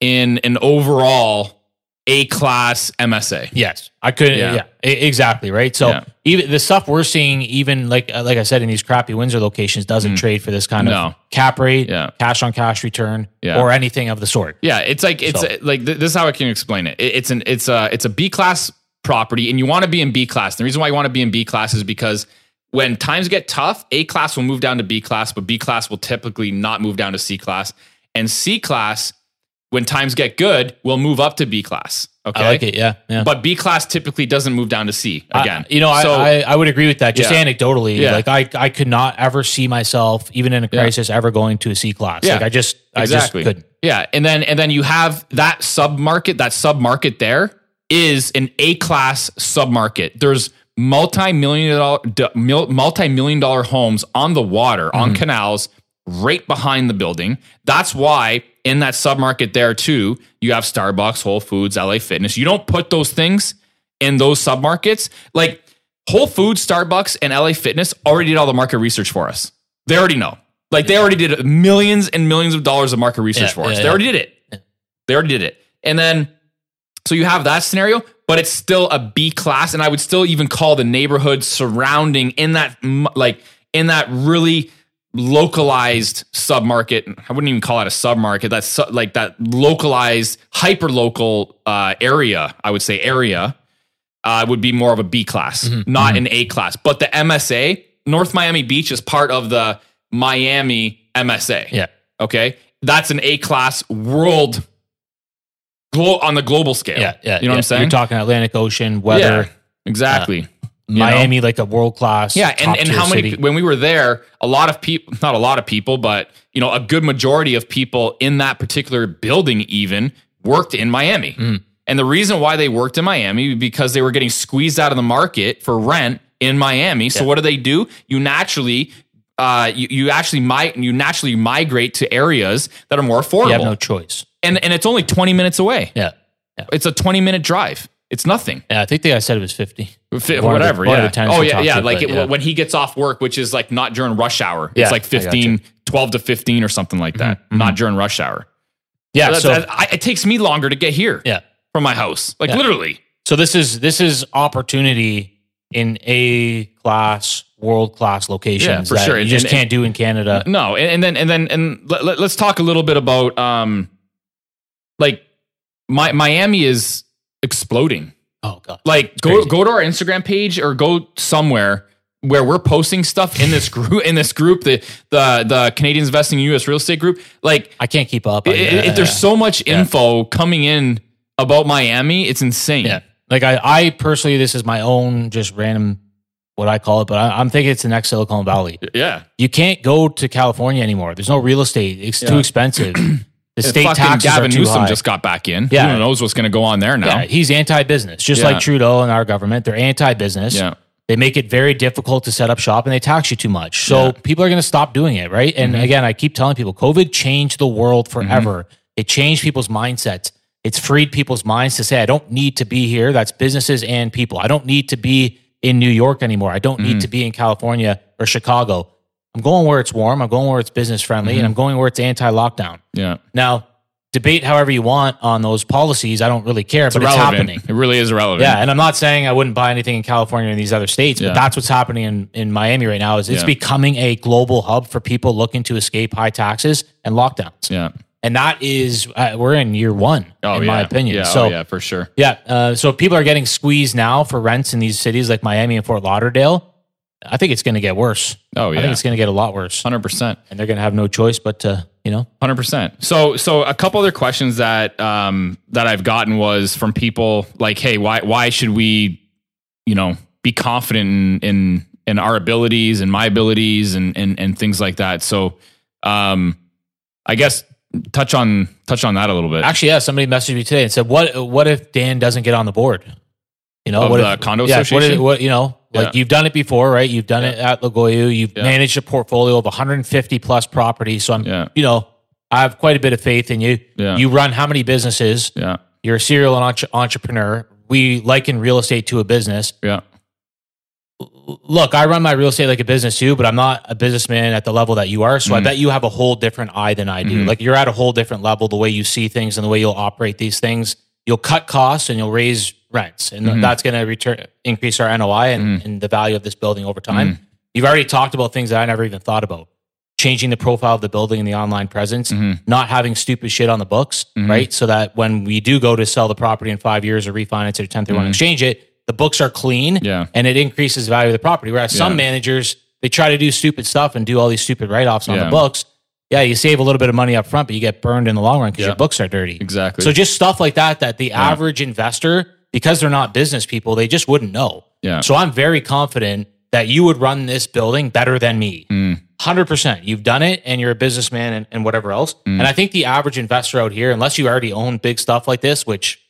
[SPEAKER 1] in an overall A class MSA.
[SPEAKER 2] Yes, I couldn't.
[SPEAKER 1] Yeah.
[SPEAKER 2] Yeah, e- exactly. Right. So
[SPEAKER 1] Yeah.
[SPEAKER 2] even the stuff we're seeing, even like uh, like I said, in these crappy Windsor locations, doesn't trade for this kind
[SPEAKER 1] Mm. No.
[SPEAKER 2] of cap rate,
[SPEAKER 1] Yeah.
[SPEAKER 2] cash on cash return,
[SPEAKER 1] Yeah.
[SPEAKER 2] or anything of the sort.
[SPEAKER 1] Yeah, it's like it's
[SPEAKER 2] So-
[SPEAKER 1] uh, like th- this is how I can explain it. it it's an it's a it's a B class property, and you want to be in B class. The reason why you want to be in B class is because when times get tough, A class will move down to B class, but B class will typically not move down to C class, and C class when times get good will move up to B class. Okay,
[SPEAKER 2] I like it. Yeah, yeah.
[SPEAKER 1] but B class typically doesn't move down to C again.
[SPEAKER 2] I- you know,
[SPEAKER 1] So-
[SPEAKER 2] I, I I would agree with that. Just
[SPEAKER 1] Yeah.
[SPEAKER 2] anecdotally,
[SPEAKER 1] Yeah.
[SPEAKER 2] like I I could not ever see myself, even in a crisis, ever going to a C class.
[SPEAKER 1] Yeah.
[SPEAKER 2] Like I just I just couldn't.
[SPEAKER 1] Yeah, and then and then you have that sub market. That sub market there is an A class sub market. There's multi million dollar multi million dollar homes on the water on canals right behind the building. That's why in that sub market there too, you have Starbucks, Whole Foods, LA Fitness. You don't put those things in those sub markets like. Whole Foods, Starbucks, and LA Fitness already did all the market research for us. They already know. Like they already did millions and millions of dollars of market research
[SPEAKER 2] Yeah,
[SPEAKER 1] for us.
[SPEAKER 2] yeah,
[SPEAKER 1] they
[SPEAKER 2] yeah.
[SPEAKER 1] already did it. They already did it. And then so you have that scenario, but it's still a B class, and I would still even call the neighborhood surrounding in that m- like in that really localized submarket. I wouldn't even call it a submarket. That's su- like that localized, hyper local uh, area. I would say area uh, would be more of a B class,
[SPEAKER 2] Mm-hmm,
[SPEAKER 1] not an A class. But the MSA, North Miami Beach, is part of the Miami MSA.
[SPEAKER 2] Yeah.
[SPEAKER 1] Okay. That's an A class world glo- on the global scale.
[SPEAKER 2] Yeah, yeah.
[SPEAKER 1] You know what
[SPEAKER 2] yeah.
[SPEAKER 1] I'm saying?
[SPEAKER 2] You're talking Atlantic Ocean weather,
[SPEAKER 1] exactly.
[SPEAKER 2] Uh,
[SPEAKER 1] You know?
[SPEAKER 2] Miami, like a world class.
[SPEAKER 1] Yeah, and, and how many when we were there, a lot of people not a lot of people, but you know, a
[SPEAKER 2] Mm.
[SPEAKER 1] good majority of people in that particular building even worked in Miami. And And the reason why they worked in Miami because they were getting squeezed out of the market for rent in Miami. So what do they do? You naturally uh, you, you actually might you naturally migrate to areas that are more affordable.
[SPEAKER 2] You have no choice.
[SPEAKER 1] and and it's only 20 minutes away.
[SPEAKER 2] Yeah.
[SPEAKER 1] It's a 20 minute drive. It's nothing.
[SPEAKER 2] Yeah, I think the guy said it was 50.
[SPEAKER 1] Fi-
[SPEAKER 2] One of the-
[SPEAKER 1] whatever.
[SPEAKER 2] one of
[SPEAKER 1] yeah.
[SPEAKER 2] the times
[SPEAKER 1] oh
[SPEAKER 2] we
[SPEAKER 1] yeah,
[SPEAKER 2] talked
[SPEAKER 1] yeah.
[SPEAKER 2] to,
[SPEAKER 1] like
[SPEAKER 2] but
[SPEAKER 1] it,
[SPEAKER 2] yeah.
[SPEAKER 1] when he gets off work, which is like not during rush hour.
[SPEAKER 2] Yeah,
[SPEAKER 1] it's like
[SPEAKER 2] I gotcha. Mm-hmm,
[SPEAKER 1] 15, 12 to 15 or something like that. Not during rush hour.
[SPEAKER 2] Yeah,
[SPEAKER 1] That's-
[SPEAKER 2] so
[SPEAKER 1] that- I, it takes me longer to get here
[SPEAKER 2] yeah.
[SPEAKER 1] from my house. Like
[SPEAKER 2] Yeah.
[SPEAKER 1] literally.
[SPEAKER 2] So this is this is opportunity in A class, world class locations
[SPEAKER 1] for
[SPEAKER 2] that
[SPEAKER 1] sure.
[SPEAKER 2] you
[SPEAKER 1] And- Mm-hmm.
[SPEAKER 2] just
[SPEAKER 1] and-
[SPEAKER 2] can't do in Canada.
[SPEAKER 1] No, and, and then and then and let, let, us talk a little bit about um like my, Miami is exploding.
[SPEAKER 2] Oh god.
[SPEAKER 1] Like go
[SPEAKER 2] crazy.
[SPEAKER 1] go to our Instagram page or go somewhere where we're posting stuff in this group in this group the the the Canadians investing in US real estate group like
[SPEAKER 2] I can't keep up. I-
[SPEAKER 1] it, it-
[SPEAKER 2] yeah,
[SPEAKER 1] there's so much info coming in about Miami it's insane.
[SPEAKER 2] yeah. Like I, I personally, this is my own just random what I call it, but I, I'm thinking it's the next Silicon Valley.
[SPEAKER 1] Yeah.
[SPEAKER 2] You can't go to California anymore. There's no real estate. It's too
[SPEAKER 1] Yeah.
[SPEAKER 2] expensive. The
[SPEAKER 1] And
[SPEAKER 2] state
[SPEAKER 1] fucking
[SPEAKER 2] taxes
[SPEAKER 1] Gavin
[SPEAKER 2] are too
[SPEAKER 1] Newsom
[SPEAKER 2] high.
[SPEAKER 1] just got back in.
[SPEAKER 2] Yeah.
[SPEAKER 1] Who knows what's going to go on there now?
[SPEAKER 2] yeah, he's anti-business, just
[SPEAKER 1] Yeah.
[SPEAKER 2] like Trudeau and our government. They're anti-business.
[SPEAKER 1] Yeah.
[SPEAKER 2] They make it very difficult to set up shop and they tax you too much. So
[SPEAKER 1] Yeah. Mm-hmm.
[SPEAKER 2] people are going to stop doing it, right? And again, I keep telling people COVID changed the world forever. It changed people's mindsets. It's freed people's minds to say, I don't need to be here. That's businesses and people. I don't need to be in New York anymore. I don't
[SPEAKER 1] Mm-hmm.
[SPEAKER 2] need to be in California or Chicago. I'm going where it's warm. I'm going where it's business friendly
[SPEAKER 1] Mm-hmm.
[SPEAKER 2] and I'm going where it's anti lockdown.
[SPEAKER 1] Yeah.
[SPEAKER 2] Now, debate however you want on those policies. I don't really care, but it's
[SPEAKER 1] Irrelevant.
[SPEAKER 2] happening.
[SPEAKER 1] It really is irrelevant.
[SPEAKER 2] Yeah, and I'm not saying I wouldn't buy anything in California and these other states, but
[SPEAKER 1] Yeah.
[SPEAKER 2] that's what's happening in, in Miami right now. Is it's
[SPEAKER 1] Yeah.
[SPEAKER 2] becoming a global hub for people looking to escape high taxes and lockdowns,
[SPEAKER 1] Yeah.
[SPEAKER 2] and that is uh, we're in year one,
[SPEAKER 1] Oh,
[SPEAKER 2] in
[SPEAKER 1] yeah.
[SPEAKER 2] my opinion.
[SPEAKER 1] Yeah.
[SPEAKER 2] so
[SPEAKER 1] oh,
[SPEAKER 2] yeah,
[SPEAKER 1] yeah, for sure.
[SPEAKER 2] uh, so if people are getting squeezed now for rents in these cities like Miami and Fort Lauderdale. I think it's going to get worse.
[SPEAKER 1] Oh,
[SPEAKER 2] I
[SPEAKER 1] yeah.
[SPEAKER 2] think it's going to get a lot worse,
[SPEAKER 1] Hundred percent.
[SPEAKER 2] and they're going to have no choice but to you know
[SPEAKER 1] Hundred percent. So, so a couple other questions that um, that I've gotten was from people like, "Hey, why why should we, you know, be confident in in, in our abilities and my abilities and and and things like that?" So, um, I guess touch on touch on that a little bit.
[SPEAKER 2] Actually, yeah, somebody messaged me today and said, "What what if Dan doesn't get on the board? You know,
[SPEAKER 1] Of
[SPEAKER 2] what
[SPEAKER 1] the
[SPEAKER 2] if,
[SPEAKER 1] condo
[SPEAKER 2] yeah, What, if,
[SPEAKER 1] association?
[SPEAKER 2] what you know, like
[SPEAKER 1] Yeah.
[SPEAKER 2] you've done it before, right? You've done it at Lagoyu. You've
[SPEAKER 1] Yeah.
[SPEAKER 2] managed a portfolio of 150 plus properties. So I'm,
[SPEAKER 1] Yeah.
[SPEAKER 2] you know, I have quite a bit of faith in you.
[SPEAKER 1] Yeah.
[SPEAKER 2] You run how many businesses?
[SPEAKER 1] yeah,
[SPEAKER 2] You're a serial entre- entrepreneur. We liken real estate to a business.
[SPEAKER 1] yeah,
[SPEAKER 2] Look, I run my real estate like a business too, but I'm not a businessman at the level that you are. So I
[SPEAKER 1] Mhm.
[SPEAKER 2] bet you have a whole different eye than I do.
[SPEAKER 1] Mhm.
[SPEAKER 2] Like you're at a whole different level, the way you see things and the way you'll operate these things. You'll cut costs and you'll raise rents, and
[SPEAKER 1] Mhm.
[SPEAKER 2] that's going to return increase our NOI and, and the value of this building over time. You've already talked about things that I never even thought about: changing the profile of the building and the online presence,
[SPEAKER 1] Mhm.
[SPEAKER 2] not having stupid shit on the books,
[SPEAKER 1] Mhm.
[SPEAKER 2] right? So that when we do go to sell the property in five years or refinance it or ten through one
[SPEAKER 1] Mhm.
[SPEAKER 2] exchange it, the books are clean
[SPEAKER 1] yeah,
[SPEAKER 2] and it increases the value of the property. Whereas some
[SPEAKER 1] Yeah.
[SPEAKER 2] managers, they try to do stupid stuff and do all these stupid write offs on the
[SPEAKER 1] Yeah.
[SPEAKER 2] books. Yeah, you save a little bit of money up front, but you get burned in the long run because your
[SPEAKER 1] Yeah.
[SPEAKER 2] books are dirty.
[SPEAKER 1] exactly.
[SPEAKER 2] So just stuff like that that the average investor, because they're not business people, they just wouldn't know.
[SPEAKER 1] Yeah.
[SPEAKER 2] So I'm very confident that you would run this building better than me.
[SPEAKER 1] Mm.
[SPEAKER 2] 100%. You've done it and you're a businessman and, and whatever else.
[SPEAKER 1] Mm.
[SPEAKER 2] And I think the average investor out here, unless you already own big stuff like this, which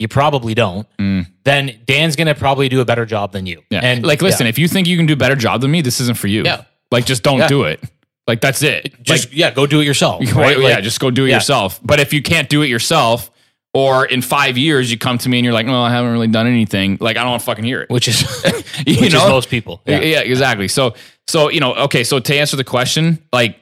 [SPEAKER 2] you probably don't,
[SPEAKER 1] Mm.
[SPEAKER 2] then Dan's going to probably do a better job than you.
[SPEAKER 1] yeah.
[SPEAKER 2] And
[SPEAKER 1] And like, listen, if you think you can do a better job than me, this isn't for you.
[SPEAKER 2] Yeah.
[SPEAKER 1] Like, just don't
[SPEAKER 2] Yeah.
[SPEAKER 1] do it. Like, that's it.
[SPEAKER 2] just, yeah, go do it yourself.
[SPEAKER 1] Right?
[SPEAKER 2] right? Like,
[SPEAKER 1] yeah, just go do it
[SPEAKER 2] yeah.
[SPEAKER 1] yourself. But if you can't do it yourself, or in five years you come to me and you're like, "Well, I haven't really done anything," like I don't want to fucking hear it.
[SPEAKER 2] which is,
[SPEAKER 1] You
[SPEAKER 2] which
[SPEAKER 1] know?
[SPEAKER 2] is most people.
[SPEAKER 1] Yeah. exactly. So, so you know, okay. So to answer the question, like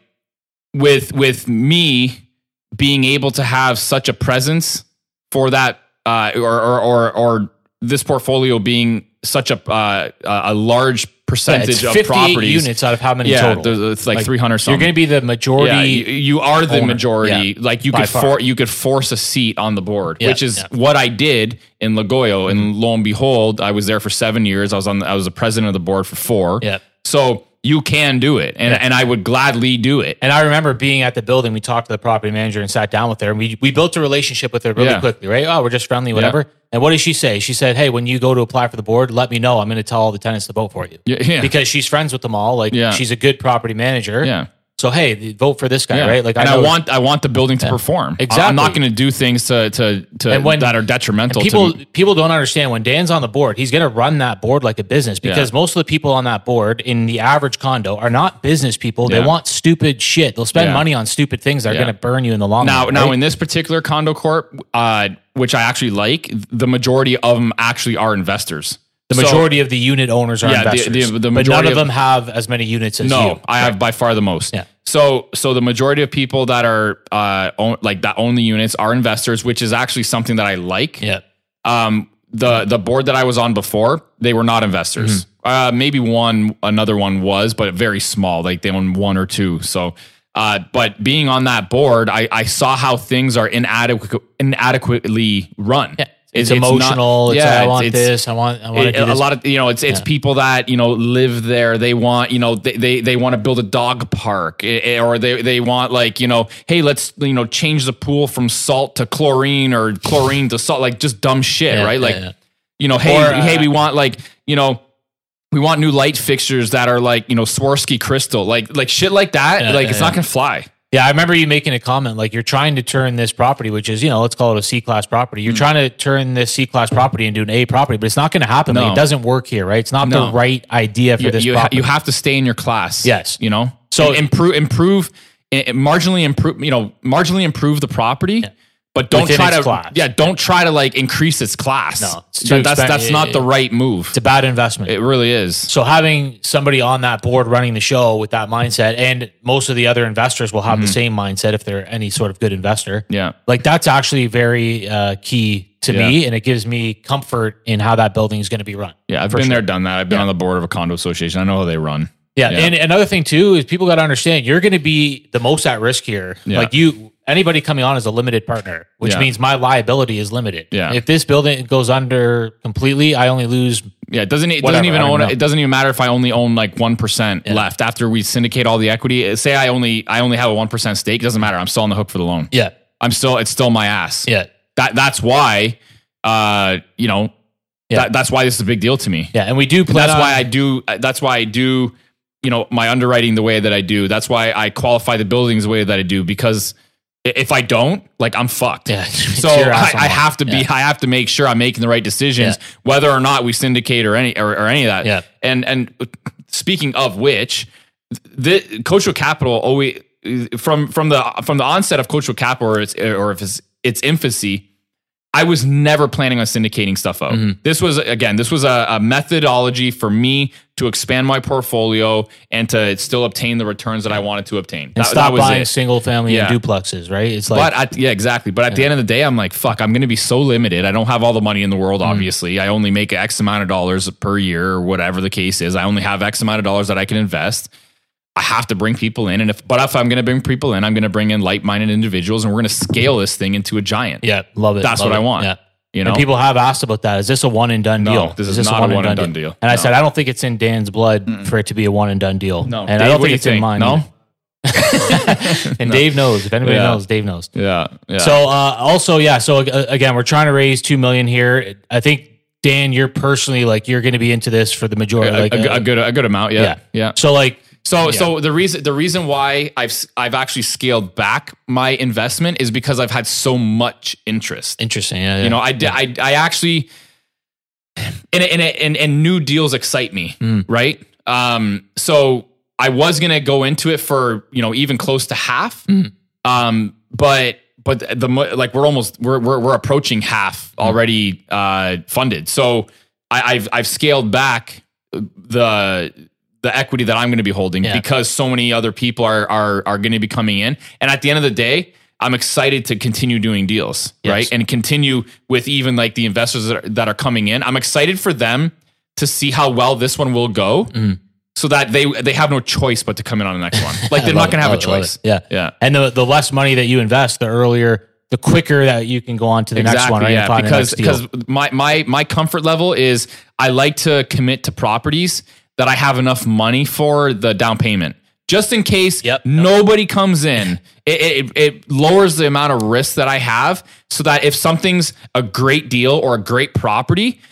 [SPEAKER 1] with with me being able to have such a presence for that, uh, or, or or or this portfolio being such a uh, a large
[SPEAKER 2] Yeah, it's
[SPEAKER 1] percentage of
[SPEAKER 2] 58
[SPEAKER 1] properties.
[SPEAKER 2] units out of how many
[SPEAKER 1] Yeah,
[SPEAKER 2] total?
[SPEAKER 1] there's- it's like,
[SPEAKER 2] Like,
[SPEAKER 1] 300 something.
[SPEAKER 2] You're going to be the majority.
[SPEAKER 1] Yeah, you, you are the
[SPEAKER 2] owner.
[SPEAKER 1] majority. Like you
[SPEAKER 2] By
[SPEAKER 1] could
[SPEAKER 2] far.
[SPEAKER 1] for, you could force a seat on the board,
[SPEAKER 2] Yeah,
[SPEAKER 1] which is
[SPEAKER 2] yeah. Mm-hmm.
[SPEAKER 1] what I did in Lagoyo. And lo and behold, I was there for seven years. I was on. The, I was the president of the board for four.
[SPEAKER 2] Yeah.
[SPEAKER 1] So you can do it, and and I would gladly do it.
[SPEAKER 2] And I remember being at the building. We talked to the property manager and sat down with her. And we, we built a relationship with her really
[SPEAKER 1] Yeah.
[SPEAKER 2] quickly, right? Oh, we're just friendly, whatever. And what did she say? She said, Hey, when you go to apply for the board, let me know. I'm going to tell all the tenants to vote for you.
[SPEAKER 1] Yeah, yeah.
[SPEAKER 2] Because she's friends with them all. Like,
[SPEAKER 1] Yeah.
[SPEAKER 2] she's a good property manager.
[SPEAKER 1] yeah.
[SPEAKER 2] So hey, th- vote for this guy,
[SPEAKER 1] Yeah.
[SPEAKER 2] right? Like
[SPEAKER 1] and I,
[SPEAKER 2] know-
[SPEAKER 1] want I want the building to perform. I- I'm
[SPEAKER 2] Exactly.
[SPEAKER 1] not going to do things to to, to
[SPEAKER 2] And when-
[SPEAKER 1] that are detrimental.
[SPEAKER 2] people
[SPEAKER 1] to,
[SPEAKER 2] people don't understand when Dan's on the board, he's going to run that board like a business because
[SPEAKER 1] Yeah.
[SPEAKER 2] most of the people on that board in the average condo are not business people. They
[SPEAKER 1] Yeah.
[SPEAKER 2] want stupid shit. They'll spend
[SPEAKER 1] Yeah.
[SPEAKER 2] money on stupid things that are
[SPEAKER 1] Yeah.
[SPEAKER 2] going to burn you in the long
[SPEAKER 1] now
[SPEAKER 2] run.
[SPEAKER 1] now
[SPEAKER 2] right?
[SPEAKER 1] in this particular condo corp, uh, which I actually like, the majority of them actually are investors.
[SPEAKER 2] the majority of the unit owners are
[SPEAKER 1] Yeah, the-
[SPEAKER 2] investors,
[SPEAKER 1] the- the
[SPEAKER 2] but none
[SPEAKER 1] majority
[SPEAKER 2] of
[SPEAKER 1] of-
[SPEAKER 2] them have as many units as
[SPEAKER 1] no,
[SPEAKER 2] you.
[SPEAKER 1] I have by far the most.
[SPEAKER 2] Yeah.
[SPEAKER 1] So so the majority of people that are uh own, like that own the units are investors, which is actually something that I like.
[SPEAKER 2] Yeah,
[SPEAKER 1] um, the the board that I was on before, they were not investors.
[SPEAKER 2] Mm-hmm.
[SPEAKER 1] Uh, maybe one, another one was, but very small. Like they own one or two. So, uh, but being on that board, I, I saw how things are inadequate, inadequately run.
[SPEAKER 2] yeah.
[SPEAKER 1] It-
[SPEAKER 2] It's,
[SPEAKER 1] not-
[SPEAKER 2] emotional. it's, I
[SPEAKER 1] it's-
[SPEAKER 2] want
[SPEAKER 1] it's-
[SPEAKER 2] this. I want. I want to
[SPEAKER 1] it-
[SPEAKER 2] do
[SPEAKER 1] a
[SPEAKER 2] this.
[SPEAKER 1] lot of you know it's it's people that you know live there they want you know they they, they want to build a dog park eh, eh, or they they want like you know hey let's you know change the pool from salt to chlorine or chlorine to salt like just dumb shit
[SPEAKER 2] Yeah,
[SPEAKER 1] right
[SPEAKER 2] yeah,
[SPEAKER 1] like
[SPEAKER 2] yeah.
[SPEAKER 1] you know hey
[SPEAKER 2] Or, uh,
[SPEAKER 1] hey we want like you know we want new light fixtures that are like you know Swarovski crystal like like shit like that
[SPEAKER 2] Yeah,
[SPEAKER 1] like
[SPEAKER 2] yeah,
[SPEAKER 1] it's
[SPEAKER 2] yeah.
[SPEAKER 1] not gonna fly
[SPEAKER 2] Yeah, I remember you making a comment like you're trying to turn this property, which is you know let's call it a C class property.
[SPEAKER 1] Mm.
[SPEAKER 2] You're trying to turn this C class property into an A property, but it's not going to happen. Like,
[SPEAKER 1] No.
[SPEAKER 2] it doesn't work here, right? It's not the
[SPEAKER 1] No.
[SPEAKER 2] right idea for
[SPEAKER 1] you,
[SPEAKER 2] this
[SPEAKER 1] you, ha-
[SPEAKER 2] property.
[SPEAKER 1] you have to stay in your class.
[SPEAKER 2] Yes.
[SPEAKER 1] You know, so
[SPEAKER 2] So-
[SPEAKER 1] improve, improve, i- marginally improve, you know, marginally improve the property, but don't
[SPEAKER 2] Within
[SPEAKER 1] try
[SPEAKER 2] its
[SPEAKER 1] to,
[SPEAKER 2] class.
[SPEAKER 1] yeah, don't try to like increase its class.
[SPEAKER 2] No, it's too
[SPEAKER 1] That- that's,
[SPEAKER 2] expen-
[SPEAKER 1] that's
[SPEAKER 2] it-
[SPEAKER 1] not the
[SPEAKER 2] it-
[SPEAKER 1] right move.
[SPEAKER 2] it's a bad investment.
[SPEAKER 1] It really is.
[SPEAKER 2] so having somebody on that board running the show with that mindset, and most of the other investors will have the
[SPEAKER 1] Mm-hmm.
[SPEAKER 2] same mindset if they're any sort of good investor.
[SPEAKER 1] Yeah.
[SPEAKER 2] Like that's actually very uh, key to me, and it gives me comfort in how that building is going to be run.
[SPEAKER 1] Yeah. I've been there, done that. I've been on the board of a condo association. I know how they run.
[SPEAKER 2] Yeah.
[SPEAKER 1] Yeah.
[SPEAKER 2] And another thing too is people got to understand you're going to be the most at risk here.
[SPEAKER 1] Yeah.
[SPEAKER 2] Like you, anybody coming on is a limited partner, which
[SPEAKER 1] Yeah.
[SPEAKER 2] means my liability is limited.
[SPEAKER 1] Yeah.
[SPEAKER 2] If this building goes under completely, I only lose.
[SPEAKER 1] Yeah, it doesn't. It
[SPEAKER 2] Whatever,
[SPEAKER 1] doesn't even
[SPEAKER 2] I don't
[SPEAKER 1] own.
[SPEAKER 2] know.
[SPEAKER 1] It doesn't even matter if I only own like one percent left after we syndicate all the equity. Uh, Say I only I only have a one percent stake. It doesn't matter. I'm still on the hook for the loan.
[SPEAKER 2] Yeah.
[SPEAKER 1] I'm still. It's still my ass.
[SPEAKER 2] Yeah.
[SPEAKER 1] that that's why uh you know
[SPEAKER 2] Yeah. uh,
[SPEAKER 1] that, that's why this is a big deal to me
[SPEAKER 2] Yeah. And we do plan
[SPEAKER 1] that's
[SPEAKER 2] on-
[SPEAKER 1] why i do that's why i do you know my underwriting the way that i do that's why i qualify the buildings the way that i do because i- if i don't like i'm fucked
[SPEAKER 2] Yeah. It's
[SPEAKER 1] so
[SPEAKER 2] your
[SPEAKER 1] I,
[SPEAKER 2] ass
[SPEAKER 1] I
[SPEAKER 2] on.
[SPEAKER 1] have to be i have to make sure i'm making the right decisions
[SPEAKER 2] Yeah.
[SPEAKER 1] whether or not we syndicate or any or, or any of that
[SPEAKER 2] Yeah.
[SPEAKER 1] and and speaking of which the Coastal Capital always from from the from the onset of Coastal Capital or its or if it's its infancy, I was never planning on syndicating stuff out.
[SPEAKER 2] Mm-hmm.
[SPEAKER 1] This was again, this was a, a methodology for me to expand my portfolio and to still obtain the returns that I wanted to obtain.
[SPEAKER 2] and
[SPEAKER 1] that,
[SPEAKER 2] stop
[SPEAKER 1] that was
[SPEAKER 2] buying
[SPEAKER 1] it.
[SPEAKER 2] single family
[SPEAKER 1] Yeah.
[SPEAKER 2] and duplexes, right? It's like,
[SPEAKER 1] But at, yeah, exactly. But at the end of the day, I'm like, fuck, I'm going to be so limited. I don't have all the money in the
[SPEAKER 2] Mm.
[SPEAKER 1] world, obviously. I only make X amount of dollars per year or whatever the case is. I only have X amount of dollars that I can invest. I have to bring people in. And if, but if I'm going to bring people in, I'm going to bring in like minded individuals and we're going to scale this thing into a giant.
[SPEAKER 2] yeah, love it.
[SPEAKER 1] That's
[SPEAKER 2] love
[SPEAKER 1] what I
[SPEAKER 2] it.
[SPEAKER 1] want.
[SPEAKER 2] Yeah.
[SPEAKER 1] You know,
[SPEAKER 2] And people have asked about that. Is this a one and done
[SPEAKER 1] No,
[SPEAKER 2] deal?
[SPEAKER 1] this is not a one and done deal.
[SPEAKER 2] And I
[SPEAKER 1] No.
[SPEAKER 2] said, I don't think it's in Dan's blood for it to be a one and done deal.
[SPEAKER 1] no, Dave,
[SPEAKER 2] and I don't
[SPEAKER 1] what do
[SPEAKER 2] think
[SPEAKER 1] you
[SPEAKER 2] it's in mine.
[SPEAKER 1] No.
[SPEAKER 2] either. and Dave knows. If anybody
[SPEAKER 1] Yeah.
[SPEAKER 2] knows, Dave knows.
[SPEAKER 1] Yeah. Yeah.
[SPEAKER 2] So uh, also, yeah. So uh, again, we're trying to raise two million here. I think Dan, you're personally like you're going to be into this for the
[SPEAKER 1] a,
[SPEAKER 2] majority. like,
[SPEAKER 1] a-
[SPEAKER 2] uh,
[SPEAKER 1] a good, a good amount.
[SPEAKER 2] Yeah.
[SPEAKER 1] Yeah. Yeah.
[SPEAKER 2] so like
[SPEAKER 1] So
[SPEAKER 2] Yeah.
[SPEAKER 1] so the reason the reason why I've s- I've actually scaled back my investment is because I've had so much interest.
[SPEAKER 2] interesting. Yeah, yeah.
[SPEAKER 1] You know, I did I I actually and and and, and new deals excite me,
[SPEAKER 2] Hmm.
[SPEAKER 1] right? Um so I was going to go into it for, you know, even close to half.
[SPEAKER 2] Hmm.
[SPEAKER 1] Um but but the mo- like we're almost we're we're, we're approaching half already uh funded. So I I've I've scaled back the the equity that I'm going to be holding
[SPEAKER 2] Yeah.
[SPEAKER 1] because so many other people are are are going to be coming in. And at the end of the day, I'm excited to continue doing deals,
[SPEAKER 2] Yes.
[SPEAKER 1] right? And continue with even like the investors that are, that are coming in. I'm excited for them to see how well this one will go.
[SPEAKER 2] Mm-hmm.
[SPEAKER 1] So that they they have no choice but to come in on the next one. Like they're
[SPEAKER 2] I love
[SPEAKER 1] not going to
[SPEAKER 2] it,
[SPEAKER 1] have a
[SPEAKER 2] love it, love
[SPEAKER 1] choice.
[SPEAKER 2] it. Yeah,
[SPEAKER 1] Yeah.
[SPEAKER 2] And the the less money that you invest, the earlier, the quicker that you can go on to the next one, right? and find the
[SPEAKER 1] because
[SPEAKER 2] next deal.
[SPEAKER 1] because my my my comfort level is I like to commit to properties that I have enough money for the down payment, just in case
[SPEAKER 2] Yep.
[SPEAKER 1] nobody comes in. It, it it lowers the amount of risk that I have, so that if something's a great deal or a great property,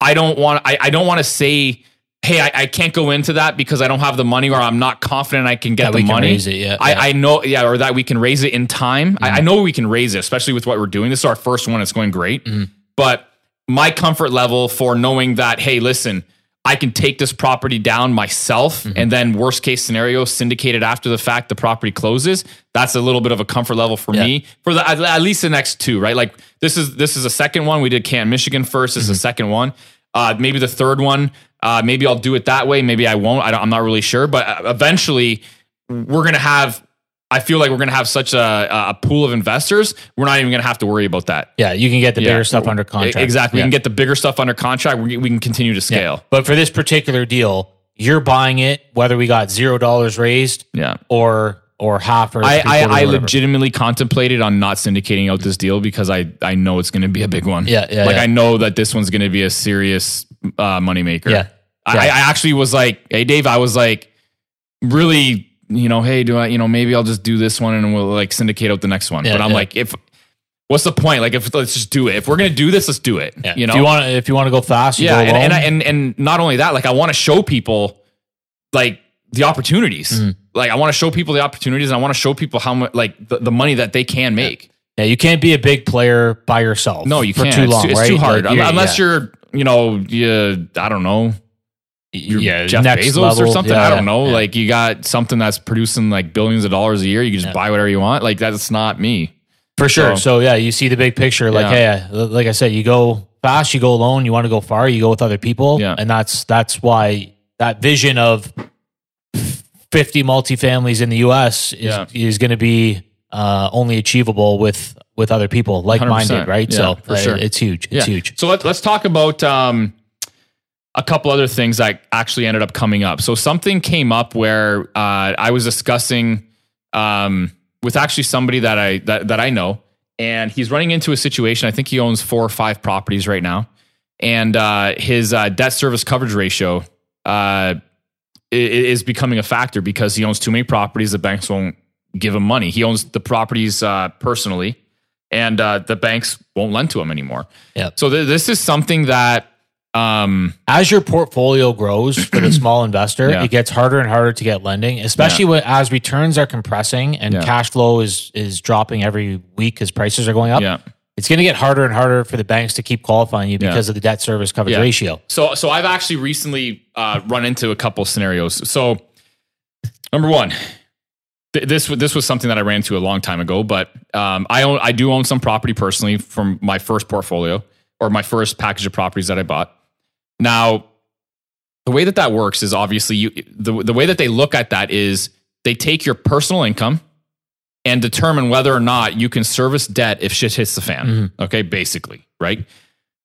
[SPEAKER 1] I don't want I, I don't want to say hey, I, I can't go into that because I don't have the money or I'm not confident I can get
[SPEAKER 2] That
[SPEAKER 1] the
[SPEAKER 2] we can
[SPEAKER 1] money.
[SPEAKER 2] raise it, yeah,
[SPEAKER 1] I,
[SPEAKER 2] yeah.
[SPEAKER 1] I know, yeah, or that we can raise it in time. I, I know we can raise it, especially with what we're doing. This is our first one. It's going great. But my comfort level for knowing that, hey, listen, I can take this property down myself and then worst case scenario, syndicate it after the fact the property closes. That's a little bit of a comfort level for me for the, at, at least the next two, right? Like this is, this is a second one. We did Canton, Michigan first. This is the second one. Uh, maybe the third one. Uh, maybe I'll do it that way. Maybe I won't. I don't, I'm not really sure. But uh, eventually, we're gonna have. I feel like we're gonna have such a, a pool of investors. We're not even gonna have to worry about that.
[SPEAKER 2] Yeah, you can get the
[SPEAKER 1] Yeah.
[SPEAKER 2] bigger stuff under
[SPEAKER 1] E-
[SPEAKER 2] contract.
[SPEAKER 1] Exactly.
[SPEAKER 2] Yeah.
[SPEAKER 1] We can get the bigger stuff under contract. We, we can continue to scale.
[SPEAKER 2] But for this particular deal, you're buying it whether we got zero dollars raised
[SPEAKER 1] Yeah.
[SPEAKER 2] or or half or
[SPEAKER 1] I,
[SPEAKER 2] three quarter,
[SPEAKER 1] I, I
[SPEAKER 2] whatever.
[SPEAKER 1] legitimately contemplated on not syndicating out this deal because I, I know it's going to be a big one.
[SPEAKER 2] Yeah, yeah,
[SPEAKER 1] Like
[SPEAKER 2] yeah.
[SPEAKER 1] I know that this one's going to be a serious uh, moneymaker.
[SPEAKER 2] Yeah.
[SPEAKER 1] I, I actually was like, hey, Dave, I was like, really, you know, hey, do I, you know, maybe I'll just do this one and we'll like syndicate out the next one.
[SPEAKER 2] Yeah,
[SPEAKER 1] but I'm
[SPEAKER 2] yeah.
[SPEAKER 1] like, if, what's the point? Like, if let's just do it. If we're going to do this, let's do it.
[SPEAKER 2] Yeah.
[SPEAKER 1] You know,
[SPEAKER 2] if you want if you want to go fast, you
[SPEAKER 1] yeah,
[SPEAKER 2] go
[SPEAKER 1] and and,
[SPEAKER 2] alone.
[SPEAKER 1] I, and and not only that, like I want to show people like the opportunities.
[SPEAKER 2] Mm-hmm.
[SPEAKER 1] Like I want to show people the opportunities, and I want to show people how much like the, the money that they can make.
[SPEAKER 2] yeah, you can't be a big player by yourself.
[SPEAKER 1] No, you
[SPEAKER 2] for
[SPEAKER 1] can't.
[SPEAKER 2] too
[SPEAKER 1] It's
[SPEAKER 2] long.
[SPEAKER 1] It's,
[SPEAKER 2] right?
[SPEAKER 1] too hard
[SPEAKER 2] Like,
[SPEAKER 1] unless you're you know you, I don't know
[SPEAKER 2] yeah,
[SPEAKER 1] you're
[SPEAKER 2] yeah,
[SPEAKER 1] Jeff
[SPEAKER 2] next
[SPEAKER 1] Bezos or
[SPEAKER 2] level.
[SPEAKER 1] something.
[SPEAKER 2] Yeah,
[SPEAKER 1] I don't
[SPEAKER 2] yeah,
[SPEAKER 1] know.
[SPEAKER 2] yeah.
[SPEAKER 1] Like you got something that's producing like billions of dollars a year. You can just buy whatever you want. Like that's not me.
[SPEAKER 2] for sure.
[SPEAKER 1] so-
[SPEAKER 2] So yeah, you see the big picture. Like hey, uh, like I said, you go fast, you go alone. You want to go far, you go with other people.
[SPEAKER 1] Yeah.
[SPEAKER 2] and that's that's why that vision of fifty multifamilies in the U.S. is,
[SPEAKER 1] Yeah.
[SPEAKER 2] is going to be uh, only achievable with with other people like minded,
[SPEAKER 1] 100%.
[SPEAKER 2] right?
[SPEAKER 1] Yeah,
[SPEAKER 2] so
[SPEAKER 1] for
[SPEAKER 2] uh,
[SPEAKER 1] sure.
[SPEAKER 2] it's huge. It's huge.
[SPEAKER 1] So let, let's talk about um, a couple other things that actually ended up coming up. So something came up where uh, I was discussing um, with actually somebody that I that, that I know, and he's running into a situation. I think he owns four or five properties right now, and uh, his uh, debt service coverage ratio uh, i- is becoming a factor because he owns too many properties. The banks won't give him money. He owns the properties uh, personally, and uh, the banks won't lend to him anymore.
[SPEAKER 2] Yeah.
[SPEAKER 1] So th- this is something that um,
[SPEAKER 2] as your portfolio grows for the small investor,
[SPEAKER 1] Yeah.
[SPEAKER 2] it gets harder and harder to get lending, especially when, as returns are compressing and
[SPEAKER 1] Yeah.
[SPEAKER 2] cash flow is is dropping every week as prices are going up.
[SPEAKER 1] yeah.
[SPEAKER 2] It's going to get harder and harder for the banks to keep qualifying you
[SPEAKER 1] Yeah.
[SPEAKER 2] because of the debt service coverage
[SPEAKER 1] Yeah.
[SPEAKER 2] ratio.
[SPEAKER 1] So so I've actually recently uh, run into a couple scenarios. So number one, th- this wa- this was something that I ran into a long time ago, but um, I own I do own some property personally from my first portfolio or my first package of properties that I bought. Now, the way that that works is obviously you the the way that they look at that is they take your personal income and determine whether or not you can service debt if shit hits the fan. Okay, basically, right?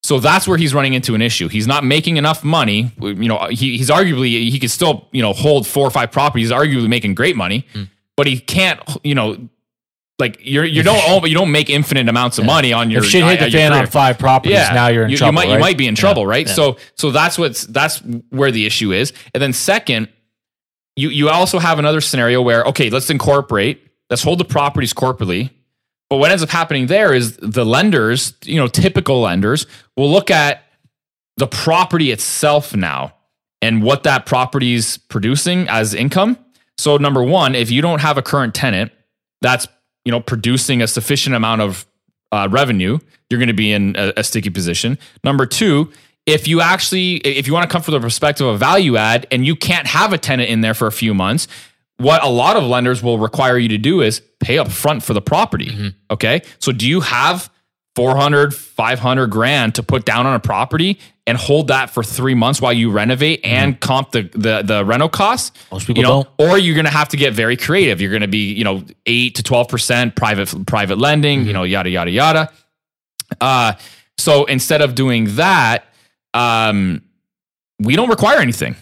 [SPEAKER 1] So that's where he's running into an issue. He's not making enough money. You know, he, he's arguably he could still you know hold four or five properties, arguably making great money, but he can't. You know, like you're you don't own, but you don't make infinite amounts of money on your
[SPEAKER 2] If shit hit
[SPEAKER 1] at
[SPEAKER 2] the
[SPEAKER 1] your
[SPEAKER 2] fan on
[SPEAKER 1] career.
[SPEAKER 2] five properties, now you're in
[SPEAKER 1] you, you
[SPEAKER 2] trouble.
[SPEAKER 1] might you
[SPEAKER 2] right?
[SPEAKER 1] might be in trouble, right?
[SPEAKER 2] yeah.
[SPEAKER 1] So so that's what's that's where the issue is. And then second, you you also have another scenario where okay, let's incorporate, let's hold the properties corporately. But what ends up happening there is the lenders, you know, typical lenders will look at the property itself now and what that property's producing as income. So number 1, if you don't have a current tenant that's, you know, producing a sufficient amount of uh, revenue, you're going to be in a, a sticky position. Number 2, if you actually if you want to come from the perspective of value add and you can't have a tenant in there for a few months, what a lot of lenders will require you to do is pay up front for the property. Okay? So do you have 400 500 grand to put down on a property and hold that for three months while you renovate and comp the, the the rental costs
[SPEAKER 2] Most people
[SPEAKER 1] you know, or you're gonna have to get very creative you're gonna be you know 8 to 12 percent private private lending you know yada yada yada uh so instead of doing that um we don't require anything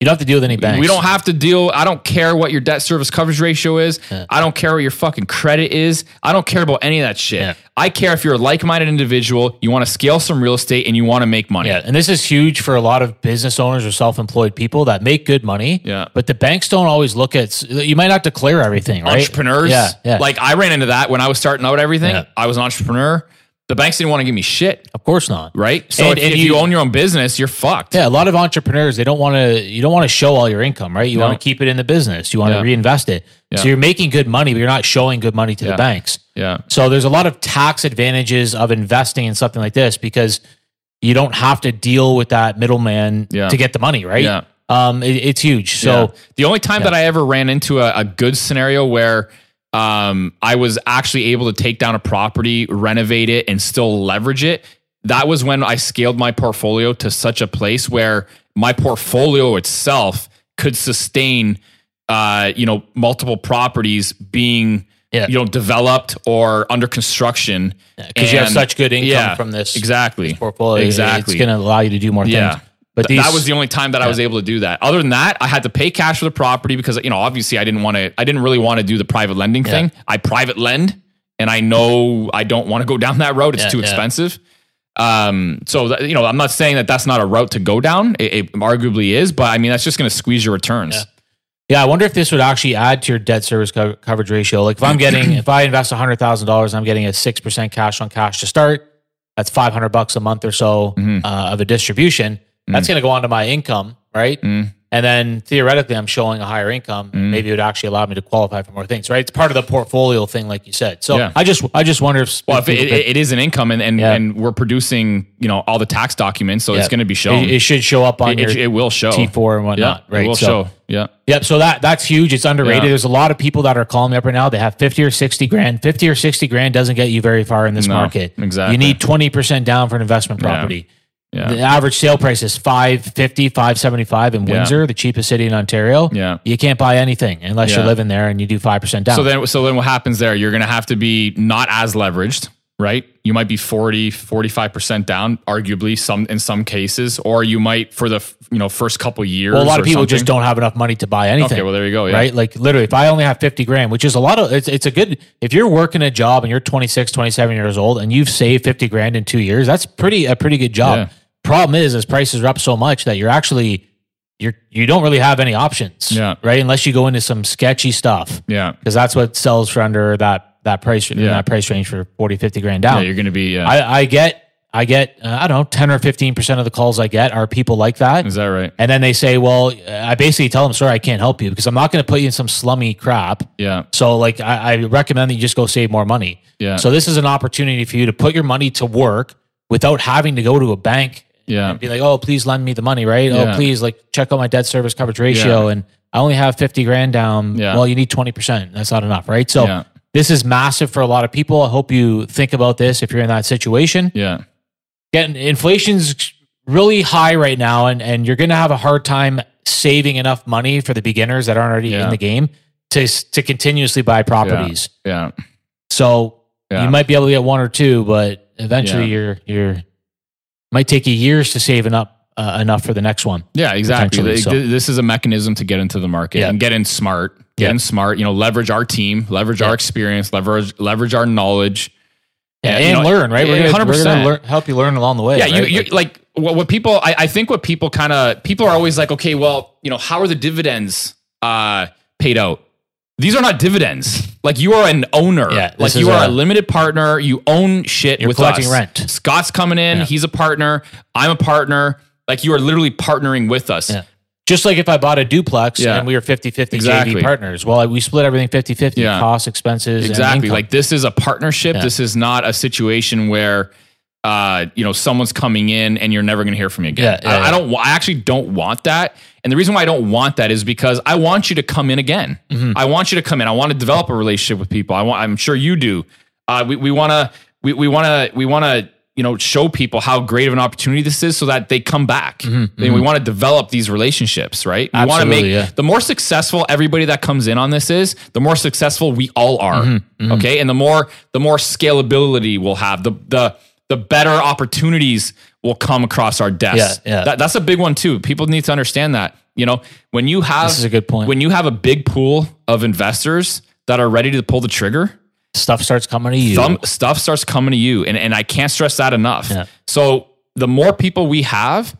[SPEAKER 2] You don't have to deal with any banks.
[SPEAKER 1] we don't have to deal. I don't care what your debt service coverage ratio is. I don't care what your fucking credit is. I don't care about any of that shit.
[SPEAKER 2] Yeah.
[SPEAKER 1] I care if you're a like minded individual, you want to scale some real estate and you want to make money.
[SPEAKER 2] Yeah, and this is huge for a lot of business owners or self-employed people that make good money.
[SPEAKER 1] Yeah.
[SPEAKER 2] but the banks don't always look at. You might not declare everything, right?
[SPEAKER 1] Entrepreneurs.
[SPEAKER 2] Yeah, yeah.
[SPEAKER 1] Like I ran into that when I was starting out everything.
[SPEAKER 2] Yeah.
[SPEAKER 1] I was an entrepreneur. The banks didn't want to give me shit,
[SPEAKER 2] Of course not.
[SPEAKER 1] right? So
[SPEAKER 2] And-
[SPEAKER 1] if,
[SPEAKER 2] and
[SPEAKER 1] if you,
[SPEAKER 2] you-
[SPEAKER 1] own your own business, you're fucked.
[SPEAKER 2] Yeah, a lot of entrepreneurs they don't want to. You don't want to show all your income, right? You
[SPEAKER 1] No.
[SPEAKER 2] want to keep it in the business. You want
[SPEAKER 1] Yeah.
[SPEAKER 2] to reinvest it.
[SPEAKER 1] Yeah.
[SPEAKER 2] So you're making good money, but you're not showing good money to
[SPEAKER 1] Yeah.
[SPEAKER 2] the banks.
[SPEAKER 1] Yeah.
[SPEAKER 2] So there's a lot of tax advantages of investing in something like this because you don't have to deal with that middleman
[SPEAKER 1] Yeah.
[SPEAKER 2] to get the money, right?
[SPEAKER 1] Yeah.
[SPEAKER 2] Um, it, it's huge. So
[SPEAKER 1] So the only time that I ever ran into a, a good scenario where um, I was actually able to take down a property, renovate it, and still leverage it, that was when I scaled my portfolio to such a place where my portfolio itself could sustain, uh, you know, multiple properties being,
[SPEAKER 2] Yeah.
[SPEAKER 1] you know, developed or under construction
[SPEAKER 2] because you have
[SPEAKER 1] And-
[SPEAKER 2] such good income
[SPEAKER 1] Yeah,
[SPEAKER 2] from this
[SPEAKER 1] exactly
[SPEAKER 2] portfolio,
[SPEAKER 1] exactly
[SPEAKER 2] it's going to allow you to do more things.
[SPEAKER 1] Yeah.
[SPEAKER 2] But
[SPEAKER 1] Th-
[SPEAKER 2] these,
[SPEAKER 1] that was the only time that I was able to do that. Other than that, I had to pay cash for the property because you know obviously I didn't want to. I didn't really want to do the private lending thing. I private lend, and I know I don't want to go down that road. It's
[SPEAKER 2] Yeah,
[SPEAKER 1] too
[SPEAKER 2] yeah.
[SPEAKER 1] expensive. Um, so that, you know, I'm not saying that that's not a route to go down. It, it arguably is, but I mean that's just going to squeeze your returns.
[SPEAKER 2] Yeah, I wonder if this would actually add to your debt service co- coverage ratio. Like if I'm getting, if I invest hundred thousand dollars, I'm getting a six percent cash on cash to start. That's five hundred bucks a month or so
[SPEAKER 1] Mhm.
[SPEAKER 2] uh, of a distribution. That's going to go onto my income, right?
[SPEAKER 1] Mm.
[SPEAKER 2] And then theoretically, I'm showing a higher income. Maybe it would actually allow me to qualify for more things, right? It's part of the portfolio thing, like you said. So
[SPEAKER 1] Yeah.
[SPEAKER 2] I just, I just wonder if,
[SPEAKER 1] Well, if it, it, it is an income, and and,
[SPEAKER 2] Yeah.
[SPEAKER 1] and we're producing you know all the tax documents, so it's
[SPEAKER 2] Yeah.
[SPEAKER 1] going to be shown.
[SPEAKER 2] it,
[SPEAKER 1] It,
[SPEAKER 2] should show up on your
[SPEAKER 1] it, will show.
[SPEAKER 2] T4 and whatnot,
[SPEAKER 1] yeah,
[SPEAKER 2] right?
[SPEAKER 1] It will
[SPEAKER 2] So-
[SPEAKER 1] show. Yeah.
[SPEAKER 2] Yep. So that that's huge. It's underrated.
[SPEAKER 1] Yeah.
[SPEAKER 2] There's a lot of people that are calling me up right now. They have fifty or sixty grand. Fifty or sixty grand doesn't get you very far in this
[SPEAKER 1] No,
[SPEAKER 2] market.
[SPEAKER 1] exactly.
[SPEAKER 2] You need twenty percent down for an investment property.
[SPEAKER 1] Yeah.
[SPEAKER 2] The average sale price is 550, 575 in Windsor, the cheapest city in Ontario.
[SPEAKER 1] Yeah.
[SPEAKER 2] You can't buy anything unless
[SPEAKER 1] Yeah.
[SPEAKER 2] you're living there and you do 5% down.
[SPEAKER 1] So then, so then what happens there? You're going to have to be not as leveraged, right? You might be 40, 45% down, arguably some, in some cases, or you might for the, you know, first couple years.
[SPEAKER 2] well, a lot of
[SPEAKER 1] or
[SPEAKER 2] people
[SPEAKER 1] something.
[SPEAKER 2] just don't have enough money to buy anything.
[SPEAKER 1] Okay. Well, there you go. Yeah.
[SPEAKER 2] right? Like literally, if I only have 50 grand, which is a lot of, it's, it's a good, if you're working a job and you're 26, 27 years old and you've saved 50 grand in two years, that's pretty, a pretty good job.
[SPEAKER 1] Yeah.
[SPEAKER 2] Problem is, is prices are up so much that you're actually, you're, you don't really have any options,
[SPEAKER 1] Yeah.
[SPEAKER 2] right? Unless you go into some sketchy stuff
[SPEAKER 1] Yeah.
[SPEAKER 2] because that's what sells for under that, that price, that price range for 40, 50 grand down.
[SPEAKER 1] Yeah. You're going to be, yeah.
[SPEAKER 2] I, I get, I get, uh, I don't know, 10 or 15% of the calls I get are people like that.
[SPEAKER 1] Is that right?
[SPEAKER 2] And then they say, well, I basically tell them, sorry, I can't help you because I'm not going to put you in some slummy crap.
[SPEAKER 1] Yeah.
[SPEAKER 2] So, like, I, I recommend that you just go save more money.
[SPEAKER 1] Yeah.
[SPEAKER 2] So, this is an opportunity for you to put your money to work without having to go to a bank
[SPEAKER 1] Yeah.
[SPEAKER 2] and be like, oh, please lend me the money, right?
[SPEAKER 1] Yeah.
[SPEAKER 2] Oh, please, like, check out my debt service coverage ratio. And I only have 50 grand down.
[SPEAKER 1] Yeah.
[SPEAKER 2] Well, you need 20%. That's not enough, right? So,
[SPEAKER 1] Yeah.
[SPEAKER 2] this is massive for a lot of people. I hope you think about this if you're in that situation
[SPEAKER 1] Yeah.
[SPEAKER 2] getting inflation's really high right now and, and you're going to have a hard time saving enough money for the beginners that aren't already
[SPEAKER 1] Yeah.
[SPEAKER 2] in the game to to continuously buy properties.
[SPEAKER 1] Yeah.
[SPEAKER 2] So
[SPEAKER 1] Yeah.
[SPEAKER 2] you might be able to get one or two, but eventually you're you're might take you years to save enough uh, enough for the next one.
[SPEAKER 1] Yeah, exactly.
[SPEAKER 2] Potentially,
[SPEAKER 1] Th-
[SPEAKER 2] so.
[SPEAKER 1] th- This is a mechanism to get into the market
[SPEAKER 2] Yeah.
[SPEAKER 1] and get in smart, get
[SPEAKER 2] Yeah.
[SPEAKER 1] in smart, you know, leverage our team, leverage our
[SPEAKER 2] Yeah.
[SPEAKER 1] experience, leverage, leverage our knowledge. Yeah,
[SPEAKER 2] and
[SPEAKER 1] you know,
[SPEAKER 2] learn, right?
[SPEAKER 1] yeah,
[SPEAKER 2] We're going
[SPEAKER 1] 100%.
[SPEAKER 2] to learn, help you learn along the way.
[SPEAKER 1] Yeah, you,
[SPEAKER 2] right?
[SPEAKER 1] you
[SPEAKER 2] Like,
[SPEAKER 1] like what, what people. I, I think what people kind of people are always like, okay, well, you know, how are the dividends uh, paid out? These are not dividends. Like you are an owner.
[SPEAKER 2] Yeah,
[SPEAKER 1] like
[SPEAKER 2] this is
[SPEAKER 1] you are a,
[SPEAKER 2] a-
[SPEAKER 1] limited partner. You own shit.
[SPEAKER 2] You're
[SPEAKER 1] with
[SPEAKER 2] collecting
[SPEAKER 1] us.
[SPEAKER 2] rent.
[SPEAKER 1] Scott's coming in. He's a partner. I'm a partner. Like you are literally partnering with us.
[SPEAKER 2] Yeah. just like if I bought a duplex
[SPEAKER 1] Yeah.
[SPEAKER 2] and we were 50-50
[SPEAKER 1] Exactly.
[SPEAKER 2] JV partners. Well, we split everything 50-50
[SPEAKER 1] Yeah.
[SPEAKER 2] costs, expenses, and
[SPEAKER 1] Exactly.
[SPEAKER 2] income.
[SPEAKER 1] Like this is a partnership. This is not a situation where uh, you know, someone's coming in and you're never going to hear from me again.
[SPEAKER 2] Yeah, yeah,
[SPEAKER 1] I, I
[SPEAKER 2] yeah.
[SPEAKER 1] don't. wa- I actually don't want that. And the reason why I don't want that is because I want you to come in again.
[SPEAKER 2] Mm-hmm.
[SPEAKER 1] I want you to come in. I want to develop a relationship with people. I want. I'm sure you do. Uh, we we want to. We we want to. We want to. You know, show people how great of an opportunity this is, so that they come back. And we want to develop these relationships, right? We want to make
[SPEAKER 2] Mm-hmm, Absolutely, yeah.
[SPEAKER 1] the more successful everybody that comes in on this is, the more successful we all are.
[SPEAKER 2] Mm-hmm,
[SPEAKER 1] Okay. And the more the more scalability we'll have, the the the better opportunities will come across our desks.
[SPEAKER 2] Yeah, yeah.
[SPEAKER 1] That, that's a big one too. People need to understand that. You know, when you have
[SPEAKER 2] This is a good point.
[SPEAKER 1] When you have a big pool of investors that are ready to pull the trigger,
[SPEAKER 2] stuff starts coming to you.
[SPEAKER 1] thumb, stuff starts coming to you. And, and I can't stress that enough.
[SPEAKER 2] Yeah.
[SPEAKER 1] So the more people we have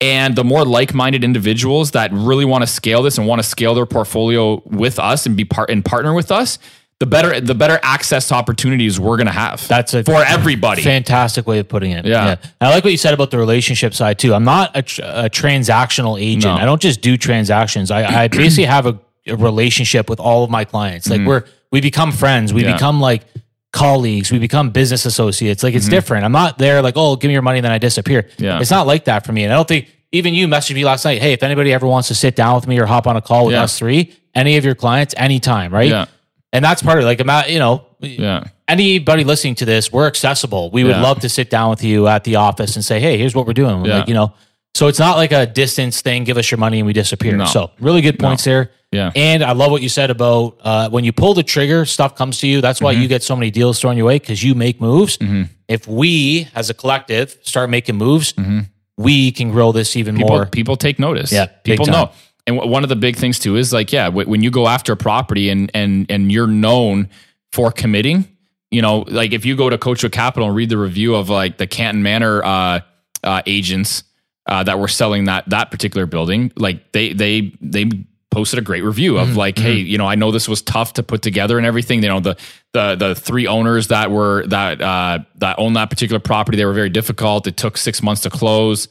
[SPEAKER 1] and the more like-minded individuals that really want to scale this and want to scale their portfolio with us and be part and partner with us, the better the better access to opportunities we're going to have.
[SPEAKER 2] That's a
[SPEAKER 1] for everybody.
[SPEAKER 2] fantastic way of putting it.
[SPEAKER 1] Yeah.
[SPEAKER 2] I like what you said about the relationship side too. I'm not a, tr- a transactional agent.
[SPEAKER 1] No.
[SPEAKER 2] I don't just do transactions. I, I basically have a, a relationship with all of my clients. Like we're we become friends. We
[SPEAKER 1] Mm-hmm. Yeah.
[SPEAKER 2] become like colleagues. We become business associates. Like it's different. I'm not there like oh give me your money and then I disappear.
[SPEAKER 1] Mm-hmm. Yeah.
[SPEAKER 2] It's not like that for me. And I don't think even you messaged me last night. Hey, if anybody ever wants to sit down with me or hop on a call with
[SPEAKER 1] Yeah.
[SPEAKER 2] us three, any of your clients, anytime, right?
[SPEAKER 1] Yeah.
[SPEAKER 2] And that's part of it. Like, I'm not, you know,
[SPEAKER 1] yeah.
[SPEAKER 2] anybody listening to this, we're accessible. We would
[SPEAKER 1] Yeah.
[SPEAKER 2] love to sit down with you at the office and say, hey, here's what we're doing.
[SPEAKER 1] Yeah.
[SPEAKER 2] Like, you know, so it's not like a distance thing. Give us your money and we disappear.
[SPEAKER 1] No.
[SPEAKER 2] So really good points there.
[SPEAKER 1] Yeah.
[SPEAKER 2] And I love what you said about uh, when you pull the trigger, stuff comes to you. That's why
[SPEAKER 1] Mm-hmm.
[SPEAKER 2] you get so many deals thrown your way because you make moves. If we as a collective start making moves, we can grow this even
[SPEAKER 1] Mm-hmm. people,
[SPEAKER 2] more.
[SPEAKER 1] people take notice.
[SPEAKER 2] Yeah, big
[SPEAKER 1] people
[SPEAKER 2] time.
[SPEAKER 1] know. And w- one of the big things too is like, yeah, w- when you go after a property and and and you're known for committing, you know, like if you go to Coachwood Capital and read the review of like the Canton Manor uh, uh, agents uh, that were selling that that particular building, like they they they posted a great review
[SPEAKER 2] Mm-hmm,
[SPEAKER 1] of like, hey, you know, I know this was tough to put together and everything. You know, the the the three owners that were that uh, that owned that particular property, they were very difficult. It took six months to close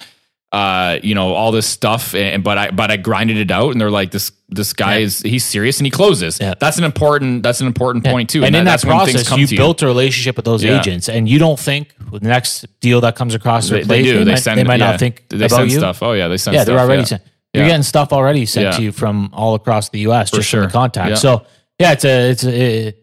[SPEAKER 1] uh, you know, all this stuff. And but I but I grinded it out, and they're like, this this guy is he's serious, and he closes.
[SPEAKER 2] Yeah.
[SPEAKER 1] That's an important that's an important point too.
[SPEAKER 2] And, in
[SPEAKER 1] that-
[SPEAKER 2] that process, you, built a relationship with those
[SPEAKER 1] Yeah.
[SPEAKER 2] agents, and you don't think well, the next deal that comes across their
[SPEAKER 1] They, they
[SPEAKER 2] plate,
[SPEAKER 1] do. They,
[SPEAKER 2] might,
[SPEAKER 1] send.
[SPEAKER 2] they might
[SPEAKER 1] yeah.
[SPEAKER 2] not think
[SPEAKER 1] they
[SPEAKER 2] about
[SPEAKER 1] send
[SPEAKER 2] you.
[SPEAKER 1] stuff. Oh yeah, they send.
[SPEAKER 2] yeah,
[SPEAKER 1] stuff,
[SPEAKER 2] they're already
[SPEAKER 1] yeah.
[SPEAKER 2] sent. You're
[SPEAKER 1] Yeah.
[SPEAKER 2] getting stuff already sent
[SPEAKER 1] Yeah.
[SPEAKER 2] to you from all across the U.S. just from
[SPEAKER 1] sure.
[SPEAKER 2] the contact.
[SPEAKER 1] Yeah.
[SPEAKER 2] So yeah, it's a it's a, it,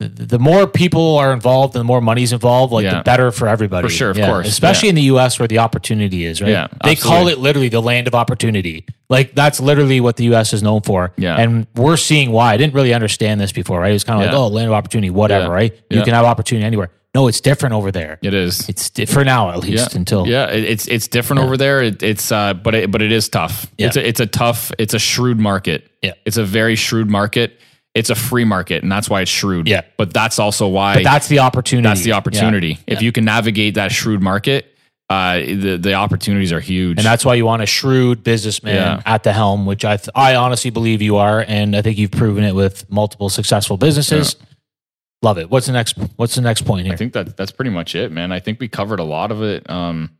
[SPEAKER 2] the more people are involved, and the more money's involved, like
[SPEAKER 1] Yeah.
[SPEAKER 2] the better for everybody.
[SPEAKER 1] For sure, of
[SPEAKER 2] Yeah.
[SPEAKER 1] course.
[SPEAKER 2] especially in the U.S. where the opportunity is. Right?
[SPEAKER 1] Yeah,
[SPEAKER 2] they call
[SPEAKER 1] absolutely.
[SPEAKER 2] it literally the land of opportunity. Like that's literally what the U.S. is known for.
[SPEAKER 1] Yeah.
[SPEAKER 2] and we're seeing why. I didn't really understand this before. Right? It was kind of
[SPEAKER 1] Yeah.
[SPEAKER 2] like oh, land of opportunity, whatever.
[SPEAKER 1] Yeah.
[SPEAKER 2] Right? You
[SPEAKER 1] Yeah.
[SPEAKER 2] can have opportunity anywhere. No, it's different over there.
[SPEAKER 1] It is.
[SPEAKER 2] It's di- for now at least until
[SPEAKER 1] yeah, it, it's it's different over there. It, it's uh, but it, but it is tough.
[SPEAKER 2] Yeah.
[SPEAKER 1] It's a, it's a tough. It's a shrewd market.
[SPEAKER 2] Yeah.
[SPEAKER 1] it's a very shrewd market. It's a free market, and that's why it's shrewd.
[SPEAKER 2] Yeah.
[SPEAKER 1] but that's also why
[SPEAKER 2] that's the opportunity.
[SPEAKER 1] that's the opportunity. If you can navigate that shrewd market, uh, the the opportunities are huge.
[SPEAKER 2] And that's why you want a shrewd businessman
[SPEAKER 1] Yeah.
[SPEAKER 2] at the helm, which I th- I honestly believe you are, and I think you've proven it with multiple successful businesses. Love it. What's the next? What's the next point here?
[SPEAKER 1] I think that that's pretty much it, man. I think we covered a lot of it. Um,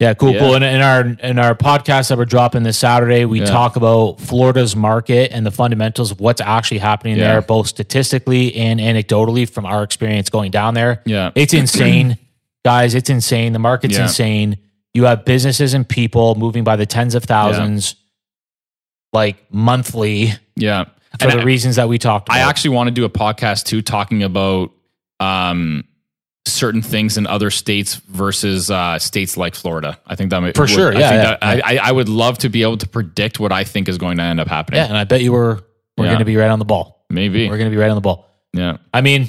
[SPEAKER 2] yeah, cool,
[SPEAKER 1] Yeah.
[SPEAKER 2] cool. And in our in our podcast that we're dropping this Saturday, we
[SPEAKER 1] Yeah.
[SPEAKER 2] talk about Florida's market and the fundamentals of what's actually happening
[SPEAKER 1] Yeah.
[SPEAKER 2] there, both statistically and anecdotally from our experience going down there.
[SPEAKER 1] yeah,
[SPEAKER 2] It's insane, guys. It's insane. The market's
[SPEAKER 1] Yeah.
[SPEAKER 2] insane. You have businesses and people moving by the tens of thousands, like monthly,
[SPEAKER 1] yeah.
[SPEAKER 2] for
[SPEAKER 1] And
[SPEAKER 2] the
[SPEAKER 1] I-
[SPEAKER 2] reasons that we talked about.
[SPEAKER 1] I actually want to do a podcast too, talking about um, certain things in other states versus uh, states like Florida. I think that might,
[SPEAKER 2] For
[SPEAKER 1] would-
[SPEAKER 2] sure,
[SPEAKER 1] I
[SPEAKER 2] yeah,
[SPEAKER 1] think
[SPEAKER 2] yeah,
[SPEAKER 1] that- I, I I would love to be able to predict what I think is going to end up happening.
[SPEAKER 2] yeah, and I bet you were we're
[SPEAKER 1] Yeah.
[SPEAKER 2] going to be right on the ball.
[SPEAKER 1] Maybe.
[SPEAKER 2] We're going to be right on the ball.
[SPEAKER 1] Yeah.
[SPEAKER 2] I mean,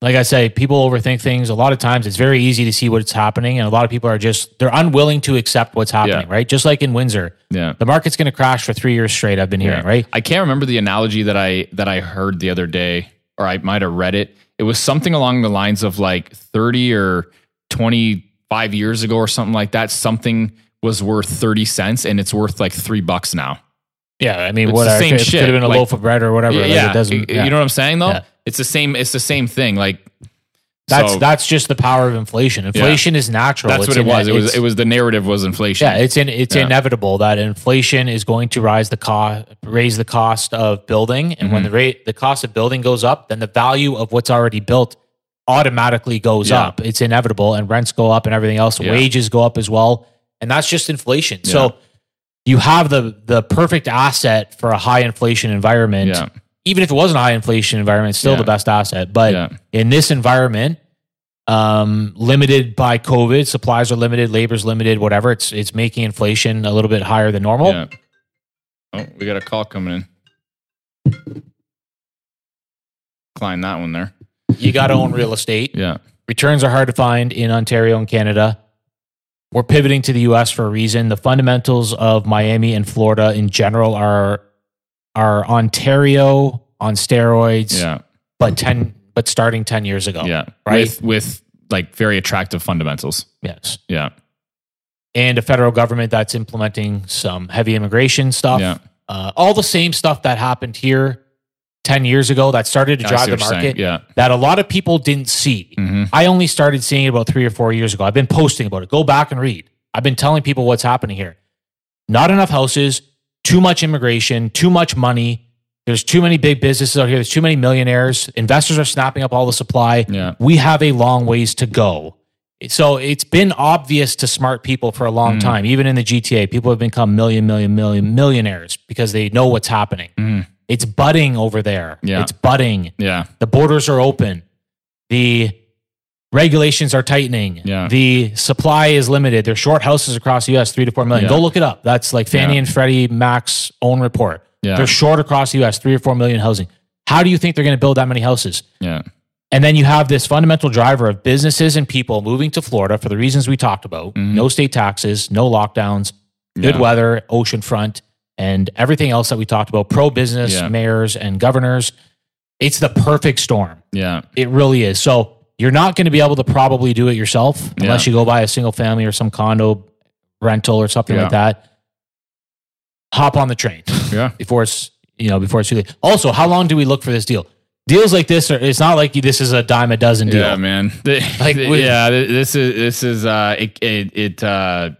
[SPEAKER 2] like I say, people overthink things. A lot of times it's very easy to see what's happening. And a lot of people are just, they're unwilling to accept what's happening, right? Just like in Windsor,
[SPEAKER 1] Yeah.
[SPEAKER 2] the market's going to crash for three years straight. I've been hearing, right?
[SPEAKER 1] I can't remember the analogy that I that I heard the other day, or I might have read it. It was something along the lines of like thirty or twenty five years ago, or something like that. Something was worth thirty cents, and it's worth like three bucks now.
[SPEAKER 2] Yeah. I mean,
[SPEAKER 1] It's
[SPEAKER 2] what
[SPEAKER 1] the
[SPEAKER 2] I-
[SPEAKER 1] same
[SPEAKER 2] it
[SPEAKER 1] shit,
[SPEAKER 2] could have been a
[SPEAKER 1] like-
[SPEAKER 2] loaf of bread or whatever. like,
[SPEAKER 1] yeah,
[SPEAKER 2] it doesn't,
[SPEAKER 1] You-
[SPEAKER 2] yeah.
[SPEAKER 1] you know what I'm saying though.
[SPEAKER 2] Yeah.
[SPEAKER 1] It's the same. It's the same thing. Like
[SPEAKER 2] That's
[SPEAKER 1] so
[SPEAKER 2] that's just the power of inflation. Inflation is natural.
[SPEAKER 1] that's
[SPEAKER 2] It's
[SPEAKER 1] what it
[SPEAKER 2] in-
[SPEAKER 1] was. It was
[SPEAKER 2] it's-
[SPEAKER 1] it was the narrative was inflation.
[SPEAKER 2] yeah, it's in, it's inevitable that inflation is going to rise the cost, raise the cost of building, and
[SPEAKER 1] Mm-hmm.
[SPEAKER 2] when the rate the cost of building goes up, then the value of what's already built automatically goes
[SPEAKER 1] Yeah.
[SPEAKER 2] up. It's inevitable, and rents go up and everything else.
[SPEAKER 1] Yeah.
[SPEAKER 2] Wages go up as well, and that's just inflation. So you have the the perfect asset for a high inflation environment.
[SPEAKER 1] Yeah.
[SPEAKER 2] Even if it wasn't a high inflation environment, it's still
[SPEAKER 1] Yeah.
[SPEAKER 2] the best asset. But
[SPEAKER 1] Yeah.
[SPEAKER 2] in this environment, um, limited by COVID, supplies are limited, labor's limited, whatever. It's it's making inflation a little bit higher than normal.
[SPEAKER 1] Yeah. Oh, we got a call coming in. Climb that one there.
[SPEAKER 2] You got to own real estate.
[SPEAKER 1] Yeah.
[SPEAKER 2] Returns are hard to find in Ontario and Canada. We're pivoting to the U.S. for a reason. The fundamentals of Miami and Florida in general are are Ontario on steroids,
[SPEAKER 1] Yeah.
[SPEAKER 2] but ten but starting ten years ago.
[SPEAKER 1] Yeah.
[SPEAKER 2] right?
[SPEAKER 1] With with like very attractive fundamentals.
[SPEAKER 2] Yes.
[SPEAKER 1] Yeah.
[SPEAKER 2] and a federal government that's implementing some heavy immigration stuff.
[SPEAKER 1] Yeah.
[SPEAKER 2] Uh, all the same stuff that happened here 10 years ago that started to
[SPEAKER 1] I
[SPEAKER 2] drive
[SPEAKER 1] see
[SPEAKER 2] the
[SPEAKER 1] what you're saying.
[SPEAKER 2] market
[SPEAKER 1] Yeah. Mm-hmm.
[SPEAKER 2] that a lot of people didn't see. I only started seeing it about three or four years ago. I've been posting about it. Go back and read. I've been telling people what's happening here. Not enough houses, too much immigration, too much money. There's too many big businesses out here. There's too many millionaires. Investors are snapping up all the supply.
[SPEAKER 1] Yeah.
[SPEAKER 2] We have a long ways to go. So it's been obvious to smart people for a
[SPEAKER 1] Hmm.
[SPEAKER 2] long time, even in the GTA. People have become million, million, million millionaires because they know what's happening. It's budding over there.
[SPEAKER 1] Yeah.
[SPEAKER 2] It's budding.
[SPEAKER 1] Mm-hmm. Yeah.
[SPEAKER 2] The borders are open. The regulations are tightening.
[SPEAKER 1] Yeah.
[SPEAKER 2] The supply is limited. They're short houses across the US, three to four million.
[SPEAKER 1] Yeah.
[SPEAKER 2] Go look it up. That's like Fannie
[SPEAKER 1] Yeah.
[SPEAKER 2] and Freddie Mac's own report.
[SPEAKER 1] Yeah.
[SPEAKER 2] They're short across the US, three or four million housing. How do you think they're going to build that many houses?
[SPEAKER 1] Yeah.
[SPEAKER 2] And then you have this fundamental driver of businesses and people moving to Florida for the reasons we talked about no state taxes, no lockdowns, good
[SPEAKER 1] Mm-hmm. Yeah.
[SPEAKER 2] weather, ocean front, and everything else that we talked about pro business
[SPEAKER 1] Yeah.
[SPEAKER 2] mayors and governors. It's the perfect storm.
[SPEAKER 1] Yeah.
[SPEAKER 2] It really is. So you're not going to be able to probably do it yourself unless
[SPEAKER 1] Yeah.
[SPEAKER 2] you go buy a single family or some condo rental or something like that. Hop on the train
[SPEAKER 1] Yeah.
[SPEAKER 2] before it's you know before it's too late. Also, how long do we look for this deal? Deals like this are it's not like this is a dime a dozen deal.
[SPEAKER 1] Yeah, man.
[SPEAKER 2] Like,
[SPEAKER 1] like,
[SPEAKER 2] with-
[SPEAKER 1] yeah, th- this is this is uh, it it, it uh,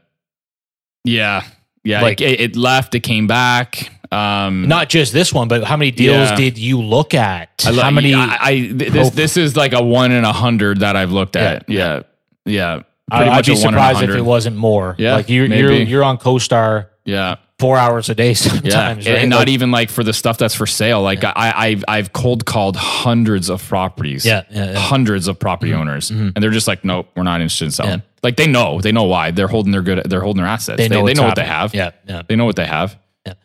[SPEAKER 1] yeah, yeah.
[SPEAKER 2] Like-
[SPEAKER 1] Like, it, it left. It came back. Um,
[SPEAKER 2] Not just this one, but how many deals
[SPEAKER 1] Yeah.
[SPEAKER 2] did you look at?
[SPEAKER 1] I lo-
[SPEAKER 2] how many?
[SPEAKER 1] I, I th- this this is like a one in a hundred that I've looked
[SPEAKER 2] Yeah.
[SPEAKER 1] at. Yeah, yeah.
[SPEAKER 2] I, would uh, be
[SPEAKER 1] a one in a
[SPEAKER 2] surprised if it
[SPEAKER 1] hundred.
[SPEAKER 2] wasn't more.
[SPEAKER 1] Yeah,
[SPEAKER 2] like you're you're,
[SPEAKER 1] maybe.
[SPEAKER 2] you're on CoStar
[SPEAKER 1] Yeah.
[SPEAKER 2] four hours a day
[SPEAKER 1] Yeah,
[SPEAKER 2] sometimes,
[SPEAKER 1] and
[SPEAKER 2] right?
[SPEAKER 1] and not
[SPEAKER 2] Like,
[SPEAKER 1] even like for the stuff that's for sale. Like I, I've I've cold called hundreds of properties.
[SPEAKER 2] Yeah, yeah, yeah.
[SPEAKER 1] hundreds of property owners, and they're just like, nope, we're not interested in selling.
[SPEAKER 2] Yeah.
[SPEAKER 1] Like they know, they know why they're holding their good, they're holding their assets. They know, they,
[SPEAKER 2] what's
[SPEAKER 1] know what they have.
[SPEAKER 2] happening. Yeah, yeah.
[SPEAKER 1] they know what they have.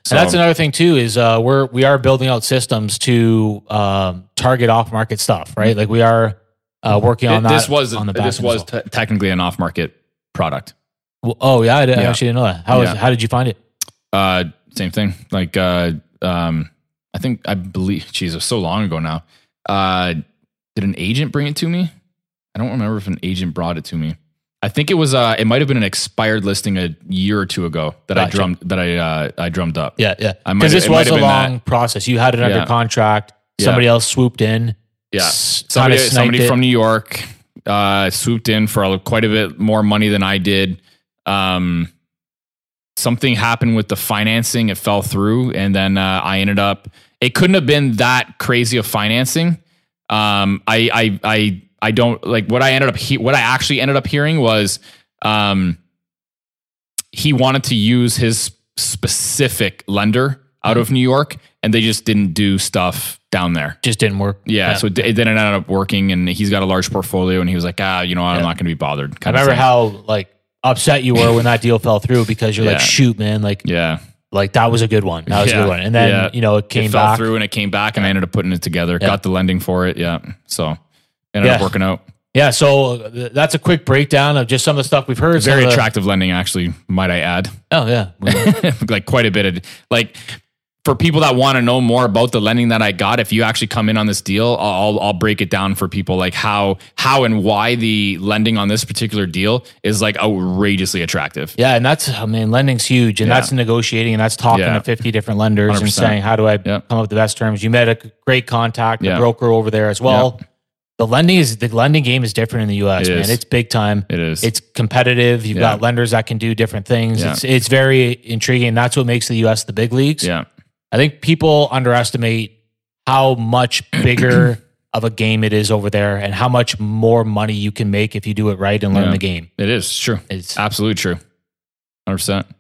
[SPEAKER 2] So that's another thing too is uh, we're we are building out systems to um, target off market stuff, right? Like we are uh, working on that.
[SPEAKER 1] this was
[SPEAKER 2] on the back
[SPEAKER 1] this
[SPEAKER 2] end
[SPEAKER 1] was
[SPEAKER 2] as
[SPEAKER 1] te- technically an off market product.
[SPEAKER 2] well. Well, oh yeah, I, did- I
[SPEAKER 1] Yeah.
[SPEAKER 2] actually didn't know that. How was-
[SPEAKER 1] Yeah.
[SPEAKER 2] how did you find it?
[SPEAKER 1] Uh, same thing. Like uh, um, I think I believe. Jeez, it was so long ago now. Uh, did an agent bring it to me? I don't remember if an agent brought it to me. I think it was. Uh, it might have been an expired listing a year or two ago that I
[SPEAKER 2] Gotcha.
[SPEAKER 1] drummed that I uh, I drummed up.
[SPEAKER 2] Yeah, yeah.
[SPEAKER 1] I might
[SPEAKER 2] Because
[SPEAKER 1] have-
[SPEAKER 2] this
[SPEAKER 1] it might
[SPEAKER 2] was a
[SPEAKER 1] have been
[SPEAKER 2] long process. You had it under
[SPEAKER 1] Yeah.
[SPEAKER 2] contract. Somebody else swooped in.
[SPEAKER 1] Yeah.
[SPEAKER 2] S-
[SPEAKER 1] Somebody,
[SPEAKER 2] kinda sniped
[SPEAKER 1] somebody
[SPEAKER 2] it.
[SPEAKER 1] from New York uh, swooped in for a- quite a bit more money than I did. Um, something happened with the financing; it fell through, and then uh, I ended up. It couldn't have been that crazy of financing. Um, I, I, I, I don't like what I ended up. He, what I actually ended up hearing was, um, he wanted to use his specific lender out of New York, and they just didn't do stuff down there.
[SPEAKER 2] just didn't work.
[SPEAKER 1] Yeah, so it, it then it ended up working, and he's got a large portfolio, and he was like, ah, you know, what, I'm not going to be bothered.
[SPEAKER 2] I
[SPEAKER 1] Kind
[SPEAKER 2] remember
[SPEAKER 1] of thing.
[SPEAKER 2] how like upset you were when that deal fell through because you're like,
[SPEAKER 1] Yeah.
[SPEAKER 2] shoot, man, like
[SPEAKER 1] yeah,
[SPEAKER 2] like that was a good one. That was a
[SPEAKER 1] Yeah.
[SPEAKER 2] good one. And then
[SPEAKER 1] Yeah.
[SPEAKER 2] you know it came
[SPEAKER 1] it fell
[SPEAKER 2] back.
[SPEAKER 1] through, and it came back, and I ended up putting it together, got the lending for it. Yeah, so ended up
[SPEAKER 2] Yeah.
[SPEAKER 1] working out.
[SPEAKER 2] Yeah, so uh, th- that's a quick breakdown of just some of the stuff we've heard. some
[SPEAKER 1] Very
[SPEAKER 2] of the-
[SPEAKER 1] attractive lending, actually, might I add.
[SPEAKER 2] Oh yeah,
[SPEAKER 1] like quite a bit of like for people that want to know more about the lending that I got, if you actually come in on this deal, I'll I'll- I'll break it down for people like how how and why the lending on this particular deal is like outrageously attractive.
[SPEAKER 2] yeah, and that's I mean, lending's huge, and
[SPEAKER 1] Yeah.
[SPEAKER 2] that's negotiating, and that's talking
[SPEAKER 1] Yeah.
[SPEAKER 2] to fifty different lenders and
[SPEAKER 1] 100%.
[SPEAKER 2] saying how do I
[SPEAKER 1] Yeah.
[SPEAKER 2] come up with the best terms. You met a c- great contact, a
[SPEAKER 1] Yeah.
[SPEAKER 2] broker over there as well. The lending is the lending game is different in the U.S.
[SPEAKER 1] It
[SPEAKER 2] man,
[SPEAKER 1] is.
[SPEAKER 2] it's big time.
[SPEAKER 1] It is.
[SPEAKER 2] It's competitive. You've
[SPEAKER 1] Yeah.
[SPEAKER 2] got lenders that can do different things.
[SPEAKER 1] Yeah.
[SPEAKER 2] It's it's very intriguing. That's what makes the U.S. the big leagues.
[SPEAKER 1] yeah.
[SPEAKER 2] I think people underestimate how much bigger of a game it is over there and how much more money you can make if you do it right and learn
[SPEAKER 1] Yeah.
[SPEAKER 2] the game.
[SPEAKER 1] It is it's true.
[SPEAKER 2] It's
[SPEAKER 1] Absolutely true. 100%.